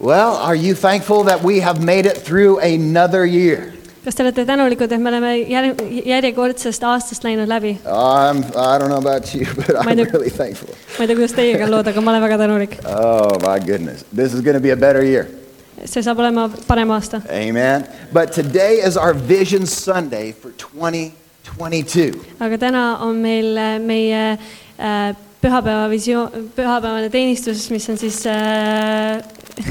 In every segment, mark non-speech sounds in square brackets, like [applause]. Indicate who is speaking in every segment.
Speaker 1: Well, are you thankful that we have made it through another year?
Speaker 2: kas te olete tänulikud , et me oleme järg- , järjekordsest aastast läinud läbi ?
Speaker 1: I'm, I don't know about you, [laughs] but I'm
Speaker 2: Meine-
Speaker 1: really thankful.
Speaker 2: ma ei tea , kuidas teiega on lood , aga ma olen väga tänulik .
Speaker 1: Oh, my goodness. This is going to be a better year.
Speaker 2: see saab olema parem aasta .
Speaker 1: Amen. But today is our Vision Sunday for 2022.
Speaker 2: aga täna on meil äh, meie äh, pühapäeva visioon , pühapäevane teenistus , mis on siis äh, [laughs]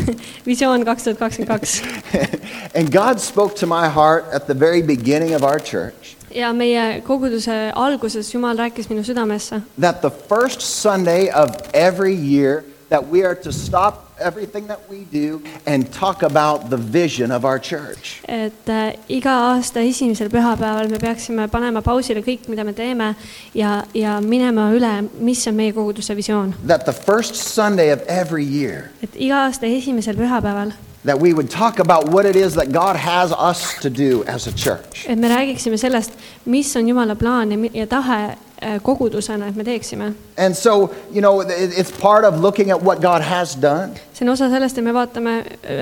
Speaker 2: visioon kaks tuhat kakskümmend kaks
Speaker 1: [laughs] and God spoke to my heart at the very beginning of our church
Speaker 2: ja meie koguduse alguses Jumal rääkis minu südamesse ,
Speaker 1: that the first Sunday of every year that we are to stop everything that we do and talk about the vision of our church.
Speaker 2: et äh, iga aasta esimesel pühapäeval me peaksime panema pausile kõik , mida me teeme ja , ja minema üle , mis on meie koguduse visioon .
Speaker 1: That the first Sunday of every year
Speaker 2: et iga aasta esimesel pühapäeval ,
Speaker 1: that we would talk about what it is that God has us to do as a church.
Speaker 2: et me räägiksime sellest , mis on Jumala plaan ja, mi- ja tahe äh, kogudusena , et me teeksime .
Speaker 1: And so, you know, it- it's part of looking at what God has done,
Speaker 2: see on osa sellest , et me vaatame ,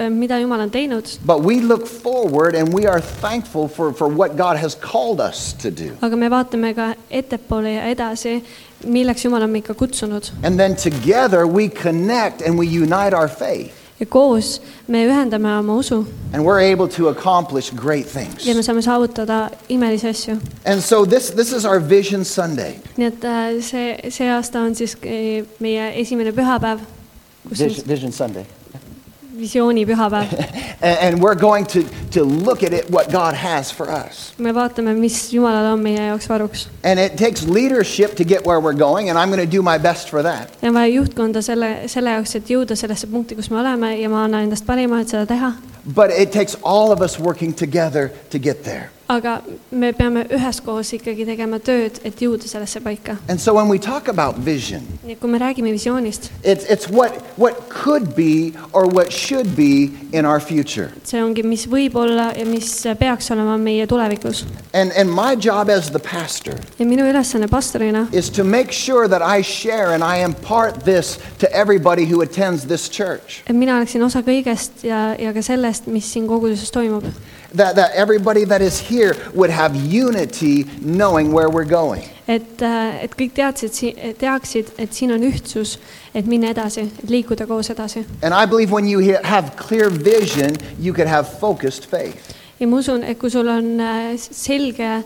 Speaker 2: mida Jumal on teinud ,
Speaker 1: but we look forward and we are thankful for, for what God has called us to do.
Speaker 2: aga me vaatame ka ettepoole ja edasi , milleks Jumal on meid ka kutsunud
Speaker 1: And then together we connect and we unite our faith,
Speaker 2: ja koos me ühendame oma usu
Speaker 1: and we're able to accomplish great
Speaker 2: ja me
Speaker 1: things.
Speaker 2: saame saavutada imelisi asju .
Speaker 1: And so, this, this is our Vision Sunday.
Speaker 2: nii et äh, see , see aasta on siis eh, meie esimene pühapäev , kus on
Speaker 1: Vision, Vision Sunday.
Speaker 2: visiooni pühapäev .
Speaker 1: And, and we're going to, to look at it, what God has for us.
Speaker 2: me vaatame , mis Jumalal on meie jaoks varuks
Speaker 1: And it takes leadership to get where we're going, and I'm going to do my best for that.
Speaker 2: ja on vaja juhtkonda selle , selle jaoks , et jõuda sellesse punkti , kus me oleme ja ma annan endast parima , et seda teha .
Speaker 1: But it takes all of us working together to get there.
Speaker 2: aga me peame üheskoos ikkagi tegema tööd , et jõuda sellesse paika .
Speaker 1: And so when we talk about vision,
Speaker 2: nii et kui me räägime visioonist ,
Speaker 1: it's, it's what, what could be or what should be in our future.
Speaker 2: see ongi , mis võib olla ja mis peaks olema meie tulevikus .
Speaker 1: And, and my job as the pastor
Speaker 2: ja minu ülesanne pastorina
Speaker 1: is to make sure that I share and I impart this to everybody who attends this church.
Speaker 2: et mina oleksin osa kõigest ja , ja ka sellest , mis siin koguduses toimub .
Speaker 1: That, that everybody that is here would have unity knowing where we're going.
Speaker 2: et , et kõik teadsid , teaksid , et siin on ühtsus , et minna edasi , et liikuda koos edasi .
Speaker 1: And I believe when you he- have clear vision, you could have focused faith.
Speaker 2: ja ma usun , et kui sul on äh, selge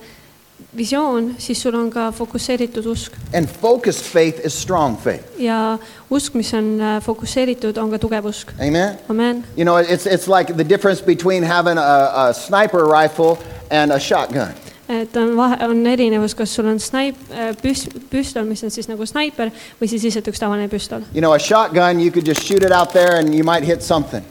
Speaker 2: visioon , siis sul on ka fokusseeritud usk
Speaker 1: And focused faith is strong faith.
Speaker 2: ja usk , mis on äh, fokusseeritud , on ka tugev usk .
Speaker 1: Amen?
Speaker 2: amen .
Speaker 1: You know, it's, it's like the difference between having a, a sniper rifle and a shotgun.
Speaker 2: et on vahe , on erinevus , kas sul on snaip- , püs- , püstol , mis on siis nagu snaiper või siis lihtsalt üks tavaline püstol .
Speaker 1: You know, a shotgun, you could just shoot it out there and you might hit something.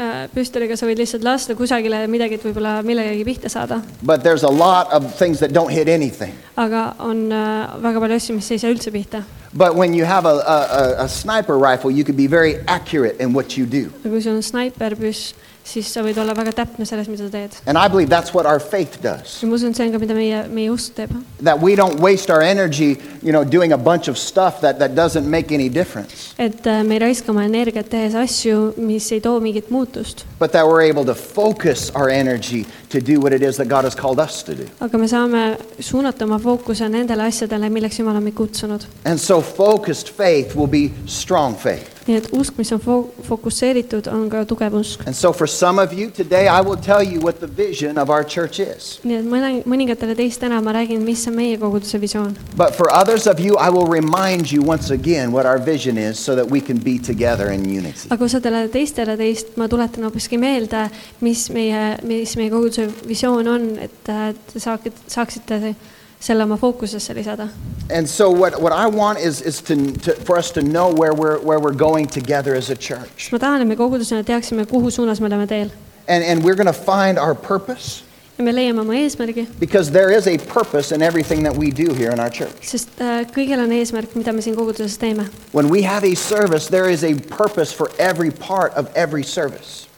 Speaker 2: Äh, püstoliga sa võid lihtsalt lasta kusagile midagi , et võib-olla millegagi pihta saada ,
Speaker 1: But there's a lot of things that don't hit anything.
Speaker 2: aga on äh, väga palju asju , mis ei saa üldse pihta .
Speaker 1: But when you have a, a, a- a sniper rifle, you can be very accurate in what you do.
Speaker 2: aga kui sul on snaiperpüss , siis sa võid olla väga täpne selles , mida sa teed .
Speaker 1: And I believe that's what our faith does.
Speaker 2: ja ma usun , see on ka , mida meie , meie usk teeb .
Speaker 1: That we don't waste our energy, you know, doing a bunch of stuff that, that doesn't make any difference.
Speaker 2: et äh, me ei raiska oma energiat tehes asju , mis ei too mingit muutust ,
Speaker 1: But that we're able to focus our energy to do what it is that God has called us to do.
Speaker 2: aga me saame suunata oma fookuse nendele asjadele , milleks Jumal on meid kutsunud .
Speaker 1: And so focused faith will be strong faith.
Speaker 2: nii et usk , mis on fo- , fokusseeritud , on ka tugev usk .
Speaker 1: And so, for some of you today, I will tell you what the vision of our church is.
Speaker 2: nii et mõne , mõningatele teist täna ma räägin , mis on meie koguduse visioon
Speaker 1: But for others of you, I will remind you once again what our vision is so that we can be together in unity.
Speaker 2: aga osadele teistele teist ma tuletan hoopiski meelde , mis meie , mis meie koguduse visioon on , et äh, te saak- , saaksite selle oma fookusesse lisada .
Speaker 1: And so, what, what I want is, is to, to, for us to know where we're, where we're going together as a church.
Speaker 2: ma tahan , et me kogudusena teaksime , kuhu suunas me oleme teel
Speaker 1: And, and we're going to find our purpose
Speaker 2: ja me leiame oma eesmärgi ,
Speaker 1: because there is a purpose in everything that we do here in our church.
Speaker 2: sest äh, kõigil on eesmärk , mida me siin koguduses teeme .
Speaker 1: When we have a service, there is a purpose for every part of every service.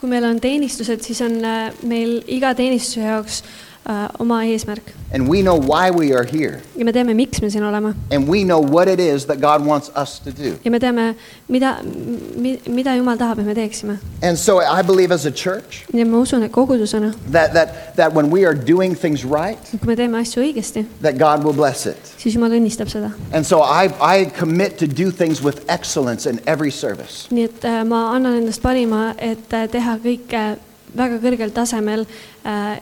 Speaker 2: kui meil on teenistused , siis on äh, meil iga teenistuse jaoks äh, oma eesmärk
Speaker 1: And we know why we are here.
Speaker 2: ja me teame , miks me siin oleme
Speaker 1: And we know what it is that God wants us to do.
Speaker 2: ja me teame , mida , mida Jumal tahab , et me teeksime .
Speaker 1: And so I believe as a church
Speaker 2: ja ma usun , et kogudusena ,
Speaker 1: that, that, that when we are doing things right,
Speaker 2: kui me teeme asju õigesti ,
Speaker 1: that God will bless it.
Speaker 2: siis Jumal õnnistab seda .
Speaker 1: And so I, I commit to do things with excellence in every service.
Speaker 2: nii et äh, ma annan endast parima , et äh, teha kõike väga kõrgel tasemel äh,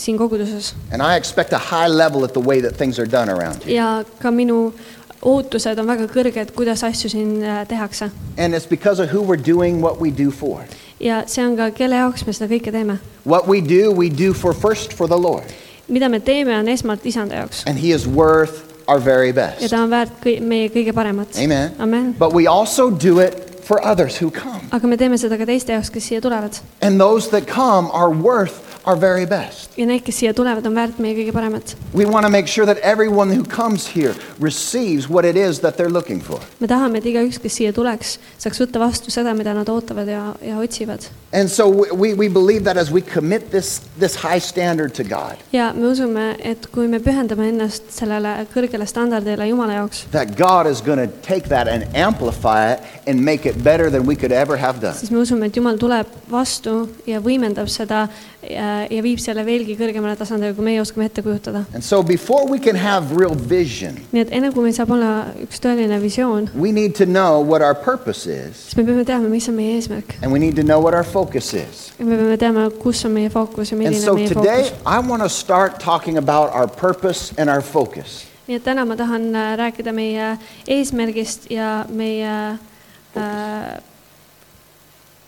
Speaker 2: siin koguduses
Speaker 1: And I expect a high level at the way that things are done around here.
Speaker 2: ja ka minu ootused on väga kõrged , kuidas asju siin äh, tehakse .
Speaker 1: And it's because of who we're doing what we do for.
Speaker 2: ja see on ka , kelle jaoks me seda kõike teeme .
Speaker 1: What we do, we do for first for the Lord.
Speaker 2: mida me teeme , on esmalt isanda jaoks
Speaker 1: And He is worth our very
Speaker 2: ja
Speaker 1: best.
Speaker 2: ta on väärt kõi, meie kõige paremat .
Speaker 1: Amen.
Speaker 2: amen .
Speaker 1: But we also do it for others who come.
Speaker 2: aga me teeme seda ka teiste jaoks , kes siia tulevad
Speaker 1: And those that come are worth our very best.
Speaker 2: ja need , kes siia tulevad , on väärt meie kõige paremat .
Speaker 1: We want to make sure that everyone who comes here receives what it is that they're looking for.
Speaker 2: me tahame , et igaüks , kes siia tuleks , saaks võtta vastu seda , mida nad ootavad ja , ja otsivad .
Speaker 1: And so we- we, we believe that as we commit this, this high standard to God,
Speaker 2: ja me usume , et kui me pühendame ennast sellele kõrgele standardile Jumala jaoks ,
Speaker 1: that God is going to take that and amplify it and make it better than we could ever have done.
Speaker 2: siis me usume , et Jumal tuleb vastu ja võimendab seda ja, ja viib selle veelgi kõrgemale tasandile , kui meie oskame ette kujutada .
Speaker 1: And so before we can have real vision,
Speaker 2: nii et enne , kui meil saab olla üks tõeline visioon ,
Speaker 1: we need to know what our purpose is
Speaker 2: siis me peame teadma , mis on meie eesmärk .
Speaker 1: and we need to know what our focus is.
Speaker 2: me peame teadma , kus on meie fookus ja
Speaker 1: And
Speaker 2: milline
Speaker 1: so
Speaker 2: on meie
Speaker 1: today
Speaker 2: fookus .
Speaker 1: I want to start talking about our purpose and our focus.
Speaker 2: nii et täna ma tahan äh, rääkida meie eesmärgist ja meie äh,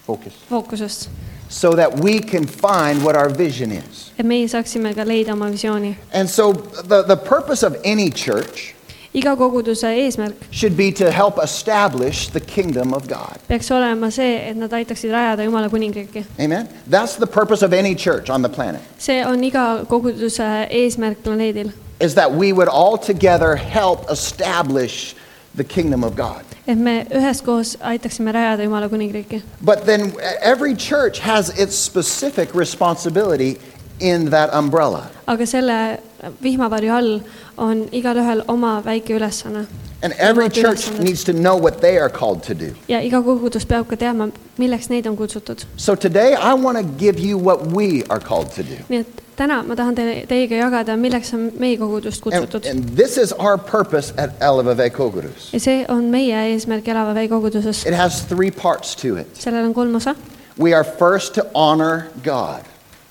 Speaker 1: Focus.
Speaker 2: fookusest ,
Speaker 1: So that we can find what our vision is.
Speaker 2: et meie saaksime ka leida oma visiooni .
Speaker 1: And so the, the purpose of any church
Speaker 2: iga koguduse eesmärk
Speaker 1: should be to help establish the kingdom of God.
Speaker 2: peaks olema see , et nad aitaksid rajada Jumala kuningriiki .
Speaker 1: Amen. That's the purpose of any church on the planet.
Speaker 2: see on iga koguduse eesmärk planeedil ,
Speaker 1: is that we would all together help establish the kingdom of God.
Speaker 2: et me üheskoos aitaksime rajada Jumala kuningriiki .
Speaker 1: But then every church has its specific responsibility in that umbrella.
Speaker 2: aga selle vihmavarju all on igalühel oma väike ülesanne
Speaker 1: And every
Speaker 2: Lord, do
Speaker 1: church
Speaker 2: something.
Speaker 1: needs to know what they are called to do.
Speaker 2: ja iga kogudus peab ka teadma , milleks neid on kutsutud .
Speaker 1: So today I want to give you what we are called to do.
Speaker 2: nii et täna ma tahan teile , teiega jagada , milleks on meie kogudust
Speaker 1: And,
Speaker 2: kutsutud
Speaker 1: and this is our purpose at Elevave Kogurus.
Speaker 2: ja see on meie eesmärk elava vee koguduses .
Speaker 1: It has three parts to it.
Speaker 2: sellel on kolm osa .
Speaker 1: We are first to honor God.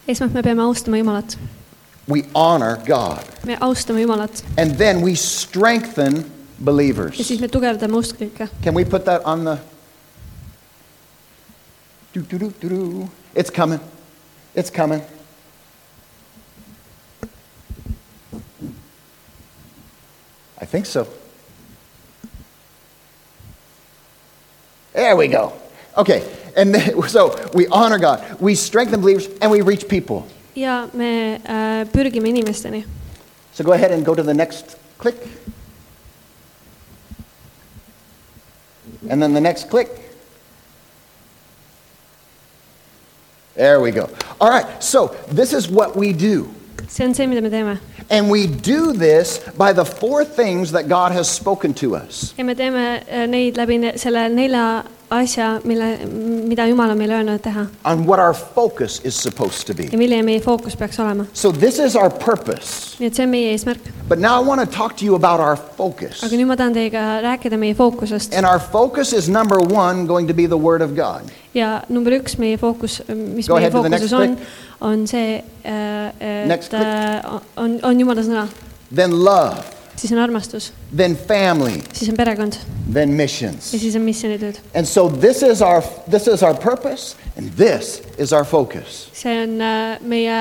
Speaker 2: esmalt me peame austama Jumalat ,
Speaker 1: We honor God.
Speaker 2: me austame Jumalat
Speaker 1: And then we strengthen believers.
Speaker 2: ja siis me tugevdame usklikke .
Speaker 1: Can we put that on the? Doo, doo, doo, doo, doo. It's coming. It's coming. I think so. There we go. Okay, and [laughs] then, so we honor God, we strengthen believers, and we reach people.
Speaker 2: ja me äh, pürgime inimesteni .
Speaker 1: So go ahead and go to the next click. And then the next click. There we go. All right, so this is what we do.
Speaker 2: see on see , mida me teeme
Speaker 1: And we do this by the four things that God has spoken to us.
Speaker 2: ja me teeme äh, neid läbi ne selle nelja asja , mille , mida Jumal on meile öelnud teha
Speaker 1: On what our focus is supposed to
Speaker 2: ja
Speaker 1: be.
Speaker 2: milline meie fookus peaks olema .
Speaker 1: So this is our purpose.
Speaker 2: nii et see on meie eesmärk ,
Speaker 1: But now I want to talk to you about our focus.
Speaker 2: aga nüüd ma tahan teiega rääkida meie fookusest
Speaker 1: And our focus is number one going to be the Word of God.
Speaker 2: ja number üks meie fookus , mis
Speaker 1: Go
Speaker 2: meie
Speaker 1: ahead to the
Speaker 2: fookuses
Speaker 1: next
Speaker 2: on
Speaker 1: click. ,
Speaker 2: on see ,
Speaker 1: Next
Speaker 2: et
Speaker 1: click.
Speaker 2: äh, on , on Jumala sõna ,
Speaker 1: Then love.
Speaker 2: siis on armastus ,
Speaker 1: then family,
Speaker 2: siis on perekond
Speaker 1: then
Speaker 2: ja
Speaker 1: missions.
Speaker 2: siis on missioonitööd .
Speaker 1: And so this is our this is our purpose and this is our focus.
Speaker 2: see on äh, meie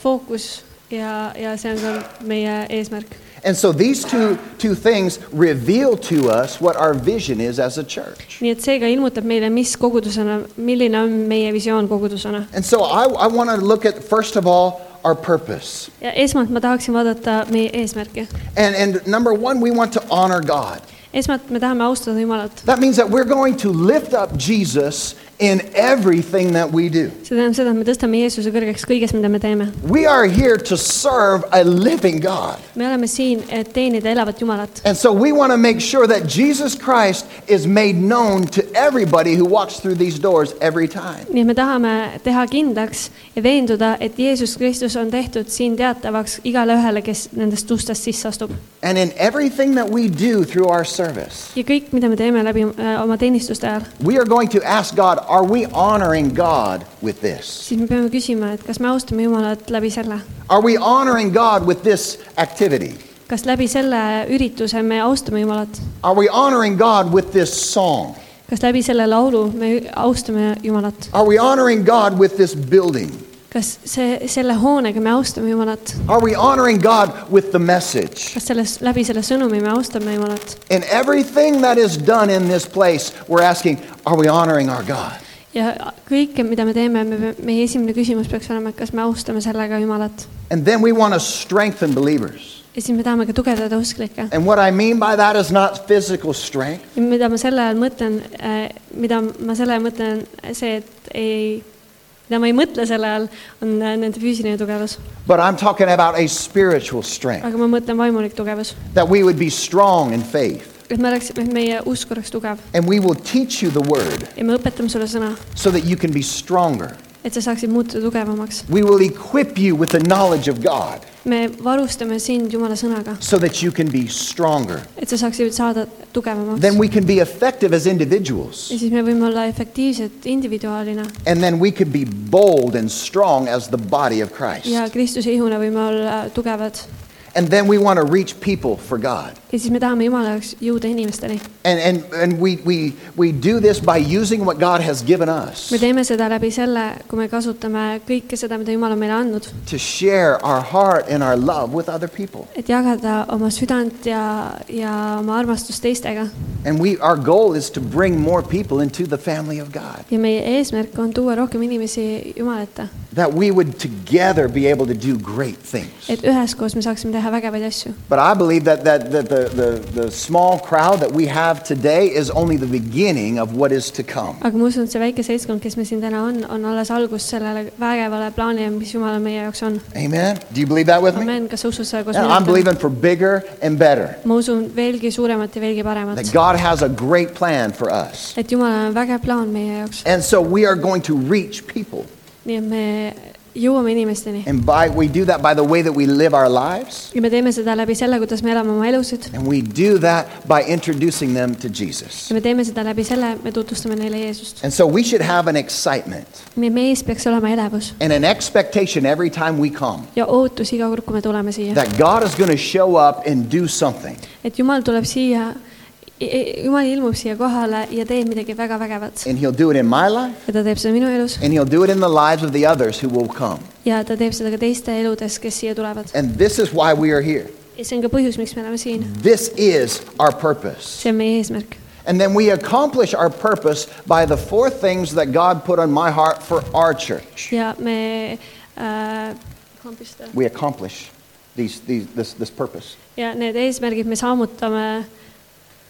Speaker 2: fookus ja , ja see on ka meie eesmärk .
Speaker 1: And so these two two things reveal to us what our vision is as a church.
Speaker 2: nii et seega ilmutab meile , mis kogudusena , milline on meie visioon kogudusena .
Speaker 1: And so I, I want to look at first of all our purpose.
Speaker 2: ja esmalt ma tahaksin vaadata meie eesmärki .
Speaker 1: And and number one, we want to honor God.
Speaker 2: esmalt me tahame austada Jumalat ,
Speaker 1: That means that we're going to lift up Jesus in everything that we do.
Speaker 2: see tähendab seda , et me tõstame Jeesuse kõrgeks kõiges , mida me teeme .
Speaker 1: We are here to serve a living God.
Speaker 2: me oleme siin , et teenida elavat Jumalat
Speaker 1: And so we want to make sure that Jesus Christ is made known to everybody who walks through these doors every time.
Speaker 2: nii et me tahame teha kindlaks ja veenduda , et Jeesus Kristus on tehtud siin teatavaks igale ühele , kes nendest ustest sisse astub .
Speaker 1: And in everything that we do through our service,
Speaker 2: ja kõik , mida me teeme läbi äh, oma teenistuste ajal ,
Speaker 1: we are going to ask God, are we honoring God with this?
Speaker 2: siis me peame küsima , et kas me austame Jumalat läbi selle .
Speaker 1: Are we honoring God with this activity?
Speaker 2: kas läbi selle ürituse me austame Jumalat ?
Speaker 1: Are we honoring God with this song?
Speaker 2: kas läbi selle laulu me ü- austame Jumalat ?
Speaker 1: Are we honoring God with this building?
Speaker 2: kas see , selle hoonega me austame Jumalat ?
Speaker 1: Are we honoring God with the message?
Speaker 2: kas selles , läbi selle sõnumi me austame Jumalat ?
Speaker 1: In everything that is done in this place, we're asking, are we honoring our God?
Speaker 2: ja kõike , mida me teeme , me , meie esimene küsimus peaks olema , et kas me austame sellega Jumalat .
Speaker 1: And then we want to strengthen believers.
Speaker 2: ja siis me tahame ka tugevdada usklikke .
Speaker 1: And what I mean by that is not physical strength,
Speaker 2: ja mida ma selle all mõtlen , mida ma selle all mõtlen , see , et ei , mida ma ei mõtle selle all , on äh, nende füüsiline tugevus ,
Speaker 1: but I'm talking about a spiritual strength,
Speaker 2: aga ma mõtlen vaimulik tugevus .
Speaker 1: that we would be strong in faith.
Speaker 2: et me oleksime , et meie usk oleks tugev
Speaker 1: And we will teach you the word
Speaker 2: ja me õpetame sulle sõna ,
Speaker 1: so that you can be stronger.
Speaker 2: et sa saaksid muutuda tugevamaks .
Speaker 1: We will equip you with the knowledge of God
Speaker 2: me varustame sind Jumala sõnaga ,
Speaker 1: so that you can be stronger.
Speaker 2: et sa saaksid saada tugevamaks
Speaker 1: Then
Speaker 2: ja
Speaker 1: we can be effective as individuals.
Speaker 2: siis me võime olla efektiivsed individuaalina
Speaker 1: And then we could be bold and strong as the body of
Speaker 2: ja
Speaker 1: Christ.
Speaker 2: Kristuse ihuna võime olla tugevad
Speaker 1: And then we want to reach people for God.
Speaker 2: ja siis me tahame Jumala jaoks jõuda inimesteni .
Speaker 1: And, and, and we, we, we do this by using what God has given us
Speaker 2: me teeme seda läbi selle , kui me kasutame kõike seda , mida Jumal on meile andnud ,
Speaker 1: to share our heart and our love with other people.
Speaker 2: et jagada oma südant ja , ja oma armastust teistega
Speaker 1: And we, our goal is to bring more people into the family of God,
Speaker 2: ja meie eesmärk on tuua rohkem inimesi Jumala ette ,
Speaker 1: that we would together be able to do great things.
Speaker 2: et üheskoos me saaksime teha vägevaid asju .
Speaker 1: But I believe that, that, that the, the, the small crowd that we have today is only the beginning of what is to come.
Speaker 2: aga ma usun , et see väike seltskond , kes me siin täna on , on alles algus sellele vägevale plaanile , mis Jumalal meie jaoks on .
Speaker 1: Amen? Do you believe that with me?
Speaker 2: amen , kas sa usud seda koos
Speaker 1: Yeah, I'm
Speaker 2: minuga ?
Speaker 1: believing for bigger and better.
Speaker 2: ma usun veelgi suuremat ja veelgi paremat
Speaker 1: That , God has a great plan for us.
Speaker 2: et Jumalal on vägev plaan meie jaoks ,
Speaker 1: And so we are going to reach people.
Speaker 2: nii et me jõuame inimesteni
Speaker 1: And by, we do that by the way that we live our lives.
Speaker 2: ja me teeme seda läbi selle , kuidas me elame oma elusid
Speaker 1: And we do that by introducing them to Jesus.
Speaker 2: ja me teeme seda läbi selle , me tutvustame neile Jeesust .
Speaker 1: And so we should have an excitement
Speaker 2: nii et meis peaks olema elevus
Speaker 1: and an expectation every time we come
Speaker 2: ja ootus iga kord , kui me tuleme siia ,
Speaker 1: that God is going to show up and do something.
Speaker 2: et Jumal tuleb siia , Jumal ilmub siia kohale ja teeb midagi väga vägevat
Speaker 1: And He'll do it in my life,
Speaker 2: ja ta teeb seda minu elus
Speaker 1: and He'll do it in the lives of the others who will come.
Speaker 2: ja ta teeb seda ka teiste eludes , kes siia tulevad .
Speaker 1: And this is why we are here.
Speaker 2: ja see on ka põhjus , miks me oleme siin ,
Speaker 1: This is our purpose.
Speaker 2: see on meie eesmärk .
Speaker 1: And then we accomplish our purpose by the four things that God put on my heart for our church.
Speaker 2: ja me äh, kampis ta-
Speaker 1: We accomplish these, these, this, this purpose.
Speaker 2: ja need eesmärgid me saamutame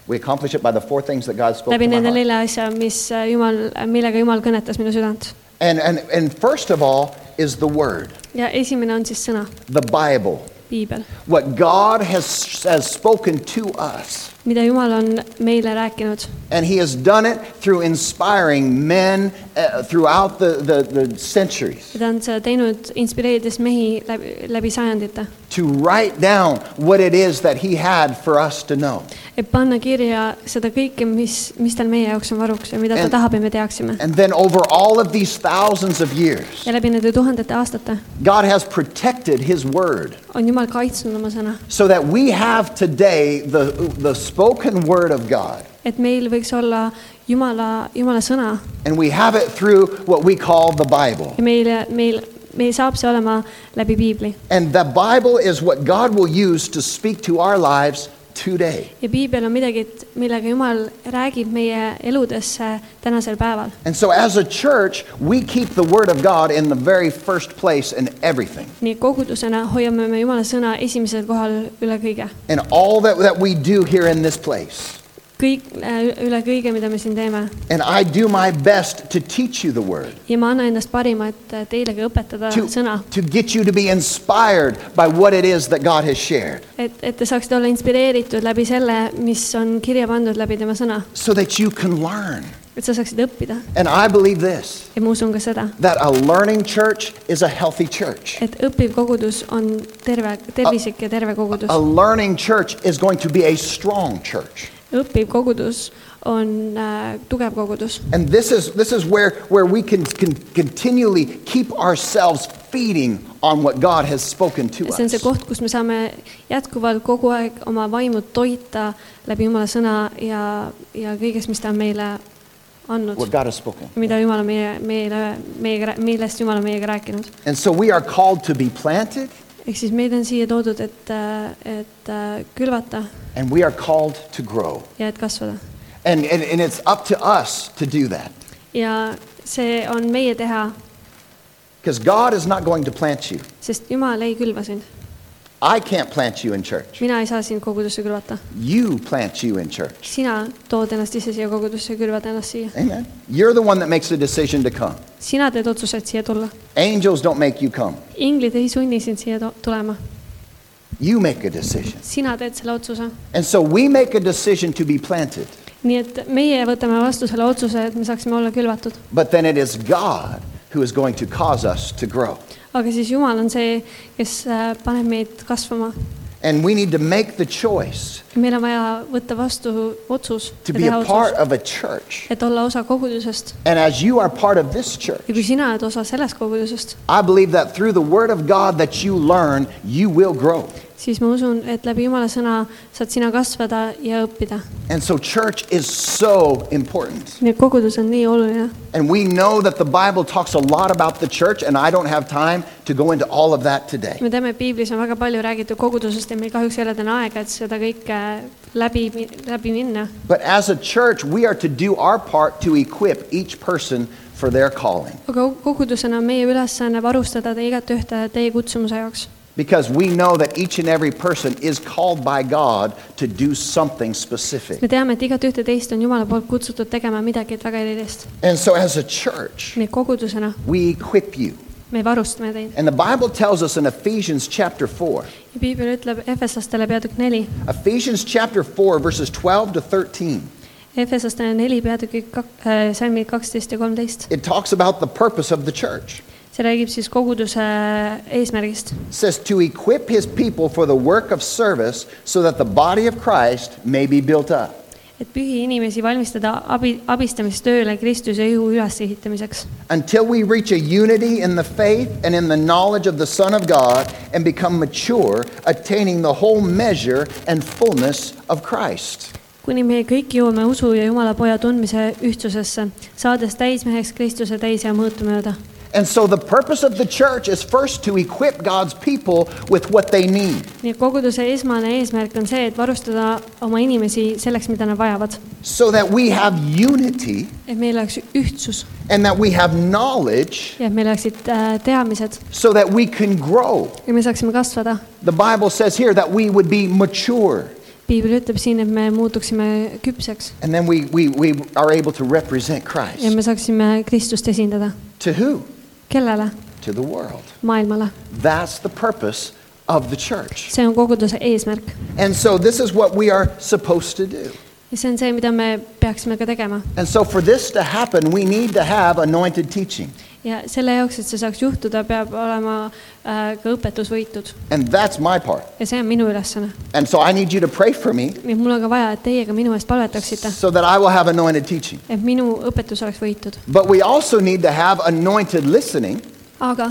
Speaker 1: We accomplish it by the four things that God spoke
Speaker 2: läbi
Speaker 1: to my
Speaker 2: nende
Speaker 1: heart.
Speaker 2: nelja asja , mis äh, Jumal , millega Jumal kõnetas minu südant .
Speaker 1: And, and, and first of all is the Word,
Speaker 2: ja esimene on siis sõna ,
Speaker 1: the Bible,
Speaker 2: piibel ,
Speaker 1: what God has, has spoken to us.
Speaker 2: mida Jumal on meile rääkinud
Speaker 1: And He has done it through inspiring men uh, throughout the, the, the centuries
Speaker 2: ja ta on seda teinud , inspireerides mehi läbi , läbi sajandite ,
Speaker 1: to write down what it is that He had for us to know.
Speaker 2: et panna kirja seda kõike , mis , mis tal meie jaoks on varuks ja mida ta
Speaker 1: And-
Speaker 2: tahab , et me teaksime .
Speaker 1: And then over all of these thousands of years,
Speaker 2: ja läbi nende tuhandete aastate
Speaker 1: God has protected His Word
Speaker 2: on Jumal kaitsnud oma sõna ,
Speaker 1: so that we have today the, the spoken Word of God.
Speaker 2: et meil võiks olla Jumala , Jumala sõna
Speaker 1: And we have it through what we call the Bible.
Speaker 2: ja meile , meil , meil saab see olema läbi piibli .
Speaker 1: And the Bible is what God will use to speak to our lives today.
Speaker 2: ja piibel on midagi , et millega Jumal räägib meie eludesse tänasel päeval .
Speaker 1: And so, as a church, we keep the Word of God in the very first place in everything.
Speaker 2: nii et kogudusena hoiame me Jumala sõna esimesel kohal üle kõige
Speaker 1: In all that, that we do here in this place.
Speaker 2: kõik , üle kõige , mida me siin teeme .
Speaker 1: And I do my best to teach you the Word,
Speaker 2: ja ma annan endast parima , et äh, teilegi õpetada
Speaker 1: to,
Speaker 2: sõna ,
Speaker 1: to get you to be inspired by what it is that God has shared,
Speaker 2: et , et te saaksite olla inspireeritud läbi selle , mis on kirja pandud läbi tema sõna ,
Speaker 1: so that you can learn.
Speaker 2: et sa saaksid õppida
Speaker 1: And I believe this
Speaker 2: ja ma usun ka seda ,
Speaker 1: that a learning church is a healthy church.
Speaker 2: et õppiv kogudus on terve , tervislik ja terve kogudus
Speaker 1: A . learning church is going to be a strong church.
Speaker 2: õppiv kogudus on äh, tugev kogudus
Speaker 1: And this is, this is where, where we can, can continually keep ourselves feeding on what God has spoken to
Speaker 2: see on see
Speaker 1: us.
Speaker 2: koht , kus me saame jätkuvalt kogu aeg oma vaimu toita läbi Jumala sõna ja , ja kõiges , mis ta on meile andnud
Speaker 1: What . God has spoken.
Speaker 2: mida Jumal on meie , meile , meiega , millest Jumal on meiega rääkinud .
Speaker 1: And so we are called to be planted
Speaker 2: ehk siis meid on siia toodud , et , et äh, külvata
Speaker 1: and we are called to grow.
Speaker 2: ja et kasvada .
Speaker 1: And, and, and it's up to us to do that
Speaker 2: ja see on meie teha ,
Speaker 1: because God is not going to plant you.
Speaker 2: sest Jumal ei külva sind .
Speaker 1: I can't plant you in church.
Speaker 2: mina ei saa sind kogudusse külvata .
Speaker 1: You plant you in church.
Speaker 2: sina tood ennast ise siia kogudusse , külvad ennast siia .
Speaker 1: Amen. You're the one that makes the decision to come.
Speaker 2: sina teed otsused siia tulla .
Speaker 1: Angels don't make you come.
Speaker 2: inglid ei sunni sind siia to- tulema .
Speaker 1: You make a decision.
Speaker 2: sina teed selle otsuse .
Speaker 1: And so we make a decision to be planted,
Speaker 2: nii et meie võtame vastu selle otsuse , et me saaksime olla külvatud .
Speaker 1: but then it is God who is going to cause us to grow.
Speaker 2: aga siis Jumal on see , kes äh, paneb meid kasvama
Speaker 1: And we need to make the choice
Speaker 2: meil on vaja võtta vastu otsus
Speaker 1: to
Speaker 2: ja
Speaker 1: be
Speaker 2: teha
Speaker 1: a part
Speaker 2: otsus ,
Speaker 1: of a church.
Speaker 2: et olla osa kogudusest
Speaker 1: And as you are part of this church,
Speaker 2: ja kui sina oled osa sellest kogudusest ,
Speaker 1: I believe that through the word of God that you learn, you will grow.
Speaker 2: siis ma usun , et läbi Jumala sõna saad sina kasvada ja õppida .
Speaker 1: And so church is so important.
Speaker 2: nii et kogudus on nii oluline
Speaker 1: And we know that the Bible talks a lot about the church, and I don't have time to go into all of that today.
Speaker 2: me teame , piiblis on väga palju räägitud kogudusest ja meil kahjuks ei ole täna aega , et seda kõike läbi , läbi minna .
Speaker 1: But as a church, we are to do our part to equip each person for their calling
Speaker 2: aga kogudusena on meie ülesanne varustada te igat ühte teie kutsumuse jaoks ,
Speaker 1: because we know that each and every person is called by God to do something specific.
Speaker 2: me teame , et igat ühte teist on Jumala poolt kutsutud tegema midagi väga erilist .
Speaker 1: And so as a church,
Speaker 2: nii et kogudusena
Speaker 1: we equip you.
Speaker 2: me varustame teid .
Speaker 1: And the Bible tells us in Ephesians chapter 4,
Speaker 2: ja piibel ütleb Efesastele peatükk neli ,
Speaker 1: Ephesians chapter 4 verses 12 to 13.
Speaker 2: Efesastele neli peatükki kak- äh, , salmid kaksteist ja kolmteist .
Speaker 1: It talks about the purpose of the church.
Speaker 2: see räägib siis koguduse äh, eesmärgist .
Speaker 1: It says to equip his people for the work of service so that the body of Christ may be built up.
Speaker 2: et pühi inimesi valmistada abi , abistamistööle Kristuse ihu ülesehitamiseks .
Speaker 1: until we reach a unity in the faith and in the knowledge of the Son of God and become mature, attaining the whole measure and fullness of Christ.
Speaker 2: kuni me kõik jõuame usu ja Jumala poja tundmise ühtsusesse , saades täismeheks Kristuse täis ja mõõtu mööda .
Speaker 1: And so, the purpose of the church is first to equip God's people with what they need
Speaker 2: nii et koguduse esmane eesmärk on see , et varustada oma inimesi selleks , mida nad vajavad .
Speaker 1: so that we have unity
Speaker 2: et meil oleks ühtsus
Speaker 1: and that we have knowledge
Speaker 2: ja et meil oleksid äh, teadmised
Speaker 1: so that we can grow.
Speaker 2: ja me saaksime kasvada
Speaker 1: The Bible says here that we would be mature
Speaker 2: piibel ütleb siin , et me muutuksime küpseks
Speaker 1: and then we, we, we are able to represent
Speaker 2: ja
Speaker 1: Christ.
Speaker 2: me saaksime Kristust esindada .
Speaker 1: To who?
Speaker 2: kellele ?
Speaker 1: To the world.
Speaker 2: maailmale .
Speaker 1: That's the purpose of the church.
Speaker 2: see on koguduse eesmärk
Speaker 1: And so this is what we are supposed to do.
Speaker 2: ja see on see , mida me peaksime ka tegema .
Speaker 1: And so for this to happen, we need to have anointed teaching.
Speaker 2: ja selle jaoks , et see saaks juhtuda , peab olema äh, ka õpetus võitud
Speaker 1: And that's my part.
Speaker 2: ja see on minu ülesanne .
Speaker 1: And so I need you to pray for me
Speaker 2: nii et mul on ka vaja , et teie ka minu eest palvetaksite ,
Speaker 1: so that I will have anointed teaching.
Speaker 2: et minu õpetus oleks võitud .
Speaker 1: But we also need to have anointed listening,
Speaker 2: aga